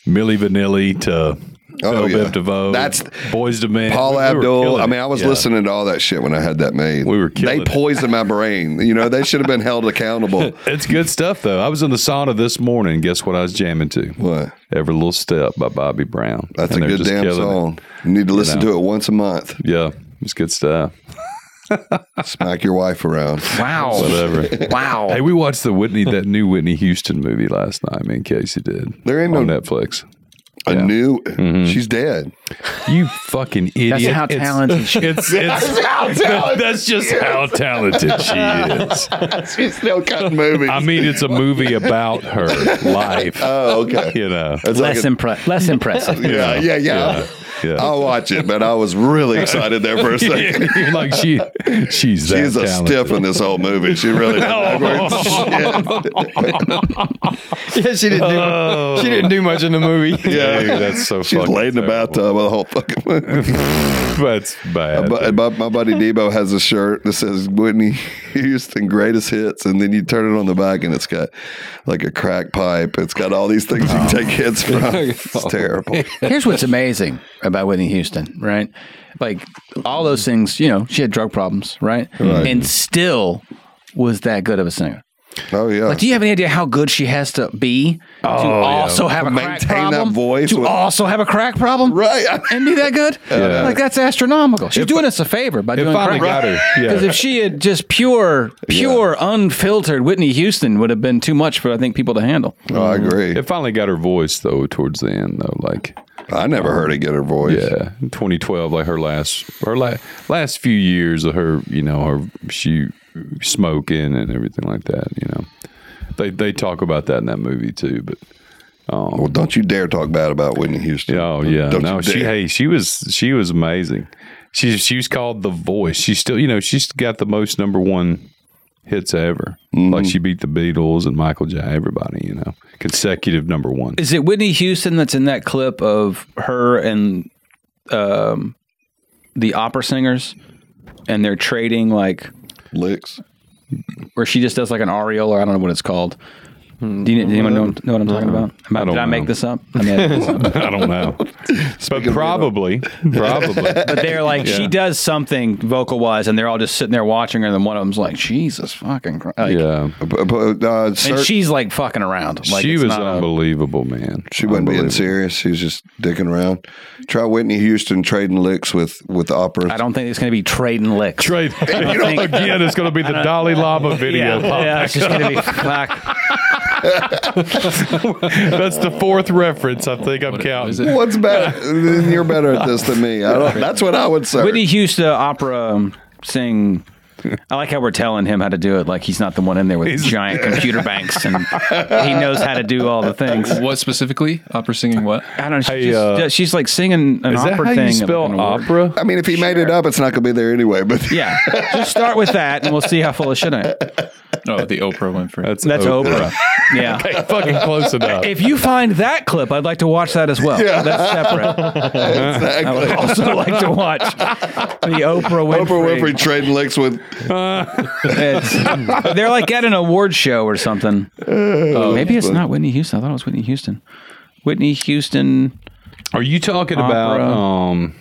Millie Vanilli to
Oh,
Oh,
yeah.
Bib DeVoe,
That's-
Boys to Men,
Paul
We- we were
Abdul.
killing
I
it.
mean, I was
Yeah.
listening to all that shit when I had that made.
We were
They
killing it.
poisoned my brain. You know, they should have been held accountable.
It's good stuff though. I was in the sauna this morning. Guess what I was jamming to?
What?
Every little step by Bobby Brown.
That's
And
a
they're
good
just
damn
killing it.
song. You need to listen
know.
to it once a month.
Yeah, it's good stuff.
Smack your wife around.
Wow.
Whatever.
Wow.
Hey, we watched the Whitney that new Whitney Houston movie last night. Me and Casey did.
There ain't
on
no-
Netflix.
I knew
Mm-hmm.
she's dead.
You fucking idiot!
That's how
It's-
talented she is.
It's, it's,
how talented
that's just
she is.
how talented she is.
She's still cutting movies.
I mean, it's a movie about her life.
oh, okay.
You know,
That's
Less, impre- less impressive.
Yeah, yeah, yeah.
yeah.
I'll watch it, but I was really excited there for a second.
You're like she, she's that
She's a
talented.
stiff in this whole movie. She really
Oh,
went backwards. Shit.
Yeah, she didn't do
Oh.
she didn't do much in the movie.
Yeah.
Dude, that's so
She's
fucking
laid in the bathtub the whole fucking movie.
That's bad.
But, but my buddy Debo has a shirt that says Whitney Houston greatest hits, and then you turn it on the back and it's got like a crack pipe. It's got all these things you can take hits from. It's terrible.
Here's what's amazing about Whitney Houston, right? Like all those things, you know, she had drug problems, right? And still was that good of a singer.
Oh yeah.
Like, do you have any idea how good she has to be to
Oh, yeah.
also have a
To
crack
maintain that
problem?
voice
to
with-
also have a crack problem, right? and be that good?
Yeah.
Like that's astronomical. She's
It-
doing us a favor by
it
doing
finally
crack.
got her. Yeah.
Because if she had just pure, pure, unfiltered Whitney Houston would have been too much for I think people to handle.
Oh, I agree.
It finally got her voice though towards the end though. Like
I never heard it get her voice.
Yeah, in 2012, like her last her la- last few years of her, you know, her she smoking and everything like that. You know, they they talk about that in that movie too. But um,
well, don't you dare talk bad about Whitney Houston.
Oh yeah,
Don't
no,
you
she
dare.
hey she was she was amazing. She she was called the voice. She's still you know she's got the most number one hits ever. Like she beat the Beatles and Michael J. Everybody, you know, consecutive number one.
Is it Whitney Houston that's in that clip of her and um, the opera singers, and they're trading like
licks,
where she just does like an areola? I don't know what it's called. Do you, do anyone know, know what I'm talking about? Am
Hmm.
I,
Uh-huh. I don't
did I make
know.
this up? I, made this up.
I don't know, but probably, probably.
but they're like she does something vocal wise, and they're all just sitting there watching her. And then one of them's like, "Jesus fucking Christ!" Like,
yeah.
But, uh,
and
cer-
she's like fucking around. Like
she
it's
was uh,
not a-
unbelievable, man.
She wasn't being serious. She was just dicking around. Try Whitney Houston trading licks with with opera.
I don't think it's going to be trading licks.
Trade
I don't think-
again. It's going to be the Dalai Lama video.
Yeah, yeah, it's just gonna be fuck.
That's the fourth reference I think I'm counting.
What's better? then You're better at this than me. I don't, that's what I would say.
Whitney Houston opera um, sing. I like how we're telling him how to do it. Like he's not the one in there with giant computer banks, and he knows how to do all the things.
What specifically? Opera singing what?
I don't know. She
Hey,
just,
uh,
does- she's like singing an
is that
opera
how you
thing.
spell
opera?
I mean, if he made it up, it's not going to be there anyway. But
yeah, just start with that, and we'll see how full of shit I am.
Oh, the Oprah Winfrey.
That's,
That's Oprah. Yeah,
Okay, fucking close enough.
If you find that clip, I'd like to watch that as well.
Yeah.
That's separate. I would also like to watch the Oprah Winfrey.
Oprah Winfrey trading licks with.
It's- they're like at an award show or something.
Oh,
Maybe it's
but-
not Whitney Houston. I thought it was Whitney Houston. Whitney Houston.
Are you talking about um,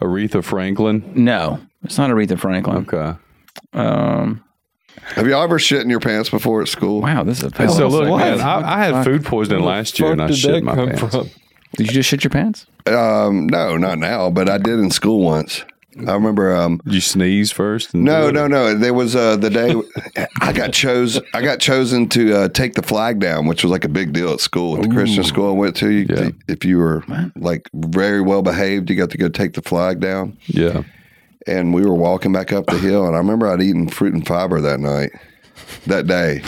Aretha Franklin?
No, it's not Aretha Franklin.
Okay.
Um,
Have you ever shit in your pants before at school?
Wow, this is.
Hey, so look, man, I, I had food poisoning last year and I shit my pants.
Did you just shit your pants?
Um, no, not now, but I did in school once. I remember. Um,
you sneeze first? And
no,
do
no,
it?
no. There was uh, the day I got chose. I got chosen to uh, take the flag down, which was like a big deal at school, at the Christian school I went to. You, If you were like very well behaved, you got to go take the flag down.
Yeah.
And we were walking back up the hill, and I remember I'd eaten fruit and fiber that night, that day.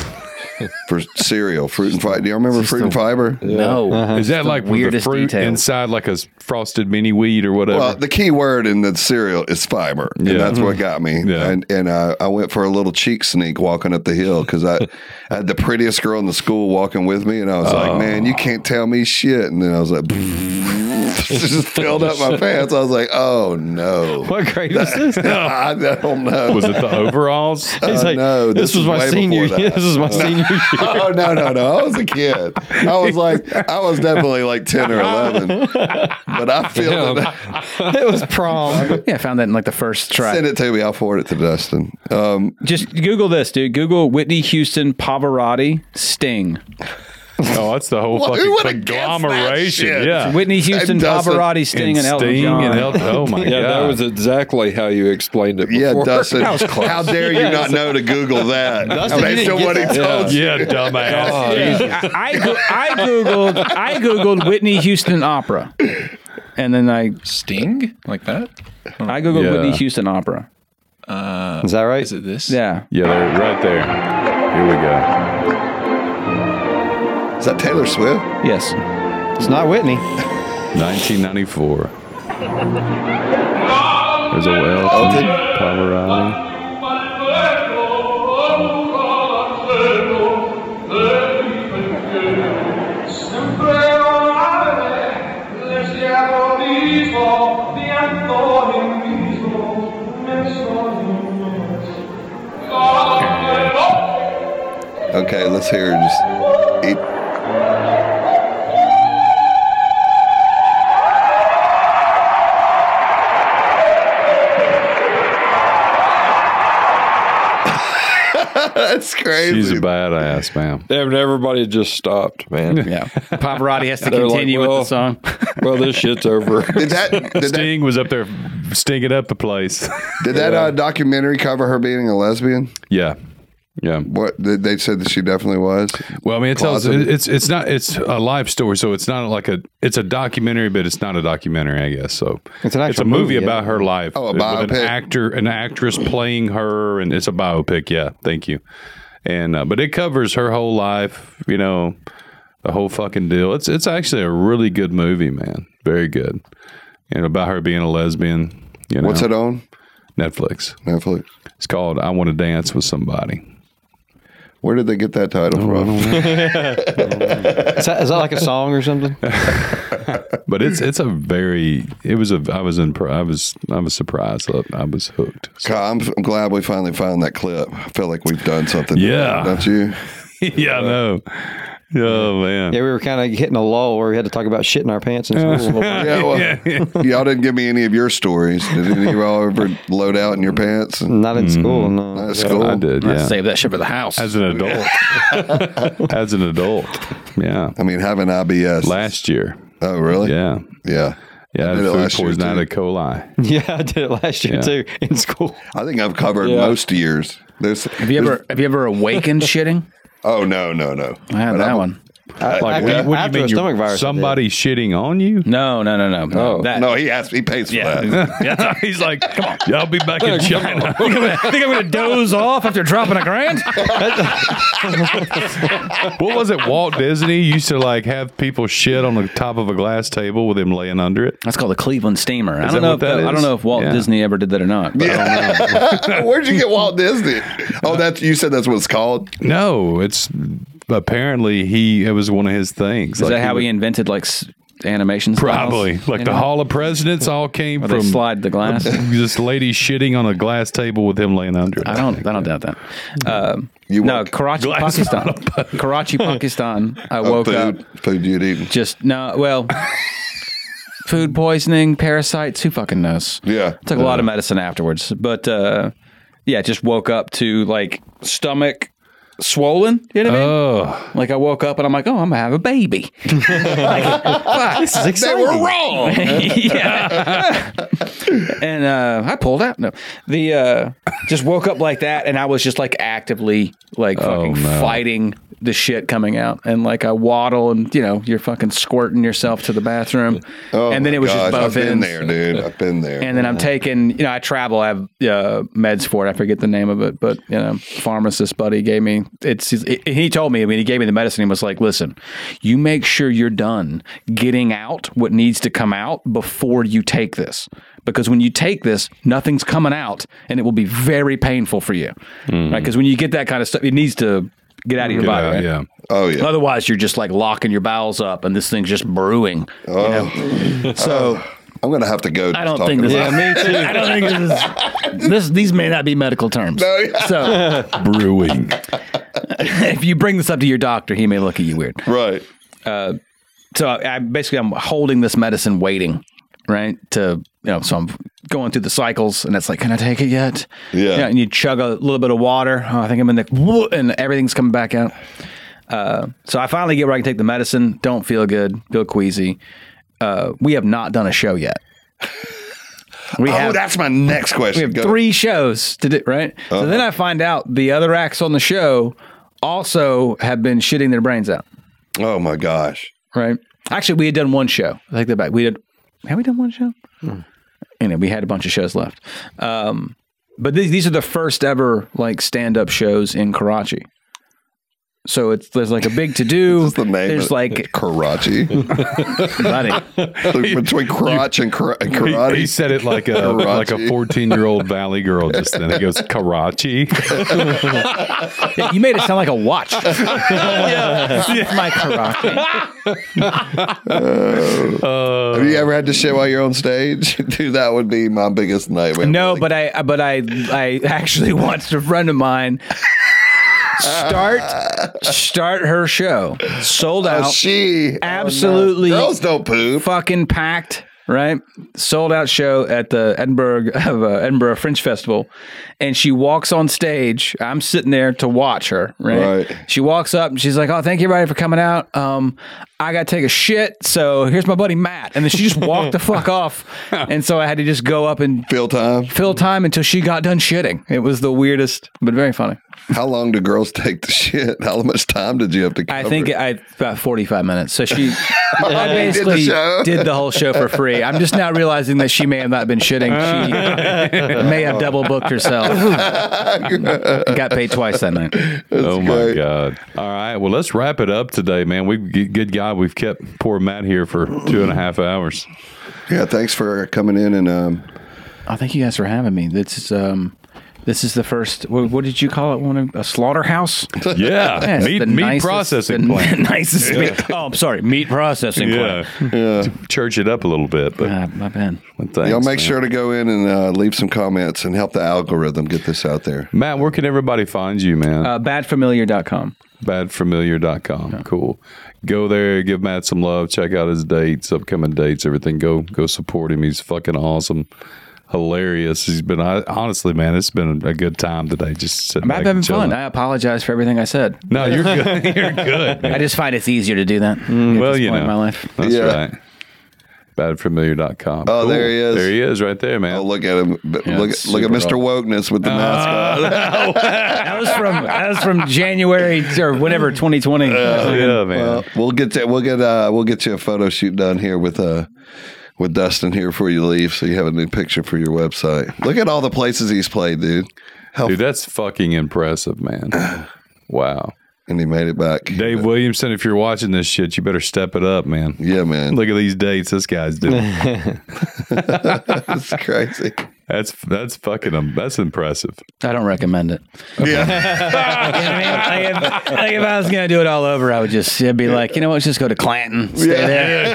For cereal, fruit and fiber. Do you remember fruit and fiber?
No.
Is that like with the fruit inside like a s- frosted mini wheat or whatever?
Well, the key word in the cereal is fiber,
Yeah. Mm-hmm.
and that's what got me.
Yeah.
And and uh, I, I went for a little cheek sneak walking up the hill because I, I had the prettiest girl in the school walking with me, and I was
Oh.
like, "Man, you can't tell me shit." And then I was like, just filled up my pants. I was like, "Oh no,
What grade was this?
I don't know.
was it the overalls?
Oh, no,
this, was my
way
senior.
before that.
This was my
No.
senior year.
Oh no no no! I was a kid. I was like, I was definitely like ten or eleven, but I feel that
it was prom. yeah, I found that in like the first try.
Send it to me. I'll forward it to Dustin. Um,
Just Google this, dude. Google Whitney Houston Pavarotti Sting.
Oh, that's the whole
Well, who
fucking
would've guessed that
conglomeration.
shit?
Yeah.
Whitney Houston,
And Dustin-
Pavarotti, Sting, and Elton John.
and Elton- Oh my
yeah,
god.
that was exactly how you explained it.
yeah,
Before.
Dustin. How dare you not know to Google that
Dustin, you
based
didn't
on
get
what he
that.
told you?
Yeah, dumbass.
I, I, go- I googled I googled Whitney Houston opera, and then I
Sting like that.
I googled
Yeah.
Whitney Houston opera.
Uh,
is that right?
Is it this?
Yeah.
Yeah, they're right there. Here we go.
Is that Taylor Swift?
Yes.
It's not Whitney.
1994. There's a well. Pavarotti.
Okay, let's hear it. Just eat. That's That's crazy.
She's a badass, man.
Yeah, but everybody just stopped, man. Yeah.
Pavarotti has to continue with the song.
well, this shit's over.
Did that
Sting was up there stinking up the place.
Did that uh, documentary cover her being a lesbian?
Yeah. Yeah.
What they- they said that she definitely was.
Well, I mean, it tells
Closeted.
it- it's it's not it's a live story, so it's not like a it's a documentary, but it's not a documentary, I guess. So
It's an
it's a
actual
movie,
movie,
about
yeah.
her life.
Oh, a
with
biopic.
An actor, an actress playing her, and it's a biopic. Yeah, thank you. And uh, but it covers her whole life, you know, the whole fucking deal. It's it's actually a really good movie, man. Very good. And about her being a lesbian. You know,
What's it on?
Netflix.
Netflix.
It's called "I Want to Dance with Somebody."
Where did they get that title from?
Is that, is that like a song or something?
but it's it's a very it was a I was in I was I was surprised I, I was hooked.
God, I'm, I'm glad we finally found that clip. I feel like we've done something.
Yeah.
don't you?
yeah, I know. Oh man,
Yeah, we were kind of hitting a lull where we had to talk about shit in our pants in school.
Yeah, well, y'all didn't give me any of your stories. Did any of y'all ever load out in your pants? And
Not in school, no.
Not at school.
I did. Yeah,
Save that shit for the house.
as an adult, as an adult, yeah.
I mean, having IBS.
Last year,
oh, really?
yeah,
Yeah.
yeah. I
did it
had food
last year,
poisoning, I had
too.
E. coli.
Yeah, I did it last year
Yeah.
too in school.
I think I've covered most years. There's,
Have you ever have you ever awakened shitting?
Oh no, no, no.
I had
But
that
I'm-
one.
I,
Like, what,
I-
do you- what
after
do you
a
mean?
stomach
you're-
virus. I did.
somebody shitting on you?
No, no, no, no. no. that,
No, he asked. He pays for
Yeah.
that.
He's like, come on, yeah, I'll be back in China.
Think I'm gonna- think I'm going to doze off after dropping a grand?
what was it? Walt Disney used to like have people shit on the top of a glass table with him laying under it.
That's called the Cleveland Steamer. I
Is that
don't know.
what
If
that
I
is?
don't know if Walt
Yeah.
Disney ever did that or not. But I don't know.
Where'd you get Walt Disney? Oh, that's you said that's what it's called.
No, it's apparently he. It was one of his things.
Is that how he invented like s- animation? styles?
probably like
You
the
know?
Hall of Presidents all came
Where
from
they slide the glass.
this lady shitting on a glass table with him laying under it.
I don't. I don't doubt that. Um, no,
woke-
Karachi, Pakistan. Karachi, Pakistan. I
Oh,
woke up
food, food you'd eaten.
just no. Well, food poisoning, parasites. Who fucking knows?
Yeah.
took a lot of medicine afterwards, but uh, yeah, just woke up to like stomach swollen. You know what I mean?
Oh,
Like I woke up and I'm like, oh, I'm gonna have a baby. Like, fuck.
They were wrong.
yeah. and uh, I pulled out. No, the uh, just woke up like that, and I was just like actively like fucking fighting the shit coming out, and like I waddle, and you know you're fucking squirting yourself to the bathroom,
Oh
and then
my
it was
gosh,
just both
I've been
ends.
there, dude. I've been there.
And then I'm taking, you know, I travel. I have uh, meds for it. I forget the name of it, but you know, pharmacist buddy gave me. It's it, he told me. I mean, he gave me the medicine. He was like, "Listen, you make sure you're done getting out what needs to come out before you take this, because when you take this, nothing's coming out, and it will be very painful for you, right? Because when you get that kind of stuff, it needs to get out of your
Mm. Get
body,
out,
right?
Uh, yeah.
oh yeah.
Otherwise, you're just like locking your bowels up, and this thing's just brewing. you know? So.
I'm gonna have to go.
I don't think this.
About
me too. I don't think this is. This, these may not be medical terms. So
brewing.
if you bring this up to your doctor, he may look at you weird.
right.
So I, I basically I'm holding this medicine, waiting, right? To you know, so I'm going through the cycles, and it's like, can I take it yet?
Yeah.
You know, and you chug a little bit of water. Oh, I think I'm in the, and everything's coming back out. Uh, so I finally get where I can take the medicine. Don't feel good. Feel queasy. Uh, we have not done a show yet. We
oh, that's my next question.
we have
Go. Uh-huh.
three shows to do, right? So then I find out the other acts on the show also have been shitting their brains out,
Oh my gosh.
right? Actually, we had done one show. I take that back. We did. Have we done one show?
Hmm.
Anyway, we had a bunch of shows left. Um, but these these are the first ever like stand up shows in Karachi. So it's there's like a big to do.
What's the name?
there's
of
like
Karachi.
buddy,
Between crotch and, kara- and karate.
He, he said it like a like a
Karachi.
fourteen year old valley girl. Just then he goes Karachi.
you made it sound like a watch. It's my Karachi.
Have you ever had to shit while you're on stage? Dude, that would be my biggest nightmare.
No, but I uh, but I I actually watched a friend of mine start start her show sold
Oh,
out,
she oh, no.
absolutely-
girls don't poop.
fucking packed right? Sold out show at the Edinburgh of uh, Edinburgh Fringe Festival, and she walks on stage. I'm sitting there to watch her. Right?
Right.
She walks up and she's like, "Oh, thank you everybody for coming out. Um, I got to take a shit, so here's my buddy Matt." And then she just walked the fuck off, and so I had to just go up and
fill time,
fill time until she got done shitting. It was the weirdest, but very funny.
How long do girls take the shit? How much time did you have to cover?
I think I about forty five minutes. So she, I
Did the
basically did
show?
the, whole show for free. I'm just now realizing that she may have not been shitting. She may have double booked herself. Got paid twice that night.
oh my god! All right, well let's wrap it up today, man. We good God, we've kept poor Matt here for two and a half hours.
Yeah, thanks for coming in and um,
Oh, thank you guys for having me. This is um, this is the first. What, what did you call it? One of- a slaughterhouse?
Yeah,
it's
meat-
the
meat processing
the
plant.
nicest.
Yeah.
meat- Oh, I'm sorry, meat processing
Yeah,
plant.
yeah. Church it up a little bit, but
my bad.
y'all make sure to go in and uh, leave some comments and help the algorithm get this out there.
Matt, where can everybody find you, man?
Uh, badfamiliar.com.
badfamiliar.com. Cool. Go there, give Matt some love, check out his dates, upcoming dates, everything. Go go support him. He's fucking awesome. Hilarious. He's been I, honestly, man, it's been a good time today. Just sitting
I'm
back
having
and chilling.
fun. I apologize for everything I said.
No, you're good. You're good.
I just find it's easier to do that.
Mm, well, you know,
in my life.
That's
Yeah.
right. Badfamiliar.com.
Oh,
Cool.
there he is.
There he is, right there, man. Oh,
look at him. look at- look at Mr. Wokeness with the
Ah.
mask on.
that was from that was from January or whatever 2020.
Uh, yeah, man.
Well, we'll get to, we'll get uh, we'll get you a photo shoot done here with uh with Dustin here before you leave, so you have a new picture for your website. Look at all the places he's played, dude. How
Dude, that's fucking impressive, man. Wow.
And he made it back.
Dave Williamson, if you're watching this shit, you better step it up, man.
Yeah, man.
Look at these dates this guy's doing.
that's crazy.
That's that's fucking um, that's impressive.
I don't recommend it.
Yeah.
Like if I was gonna do it all over, I would just it'd be like, you know what, just go to Clanton, stay
Yeah.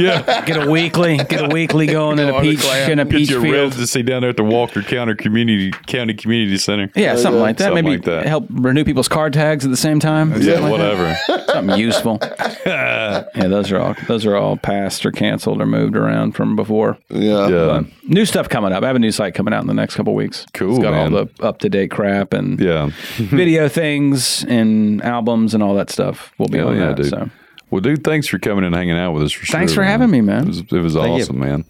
Yeah.
get a weekly, get a weekly going in a peach in a
Get
peach
your
field,
ribs to see down there at the Walker County Community County Community Center.
yeah, something like that.
Something
Maybe
like that.
help renew people's card tags at the same time.
Yeah,
Something like
whatever.
that. something useful. yeah, those are all those are all passed or canceled or moved around from before.
Yeah.
Yeah.
new stuff coming up. I have a new site coming out in the next couple weeks.
Cool,
It's got all
man.
the up to date crap and
Yeah.
video things and albums and all that stuff. We'll be
Hell
on
yeah,
that.
dude.
So
Well, dude, thanks for coming and hanging out with us. For
Thanks
sure,
for having me, man.
It was, it was
Thank you.
awesome, man.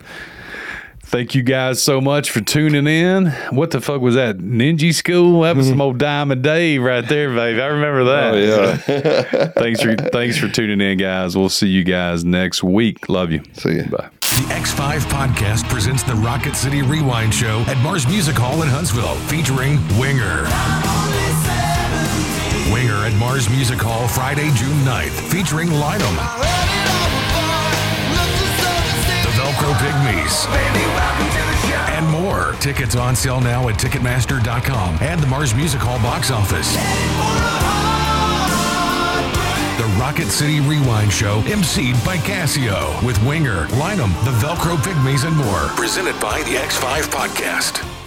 Thank you guys so much for tuning in. What the fuck was that? Ninja School? That was some old Diamond Dave right there, babe. I remember that. Oh, yeah. thanks for thanks for tuning in, guys. We'll see you guys next week. Love you.
See you.
Bye.
The X5 podcast presents the Rocket City Rewind Show at Mars Music Hall in Huntsville, featuring Winger. Winger at Mars Music Hall Friday, June 9th, featuring Lydom. The Velcro Pygmies. And more. Tickets on sale now at Ticketmaster.com and the Mars Music Hall box office. The Rocket City Rewind Show, emceed by Casio, with Winger, Lynam, the Velcro Pygmies, and more. Presented by the X5 Podcast.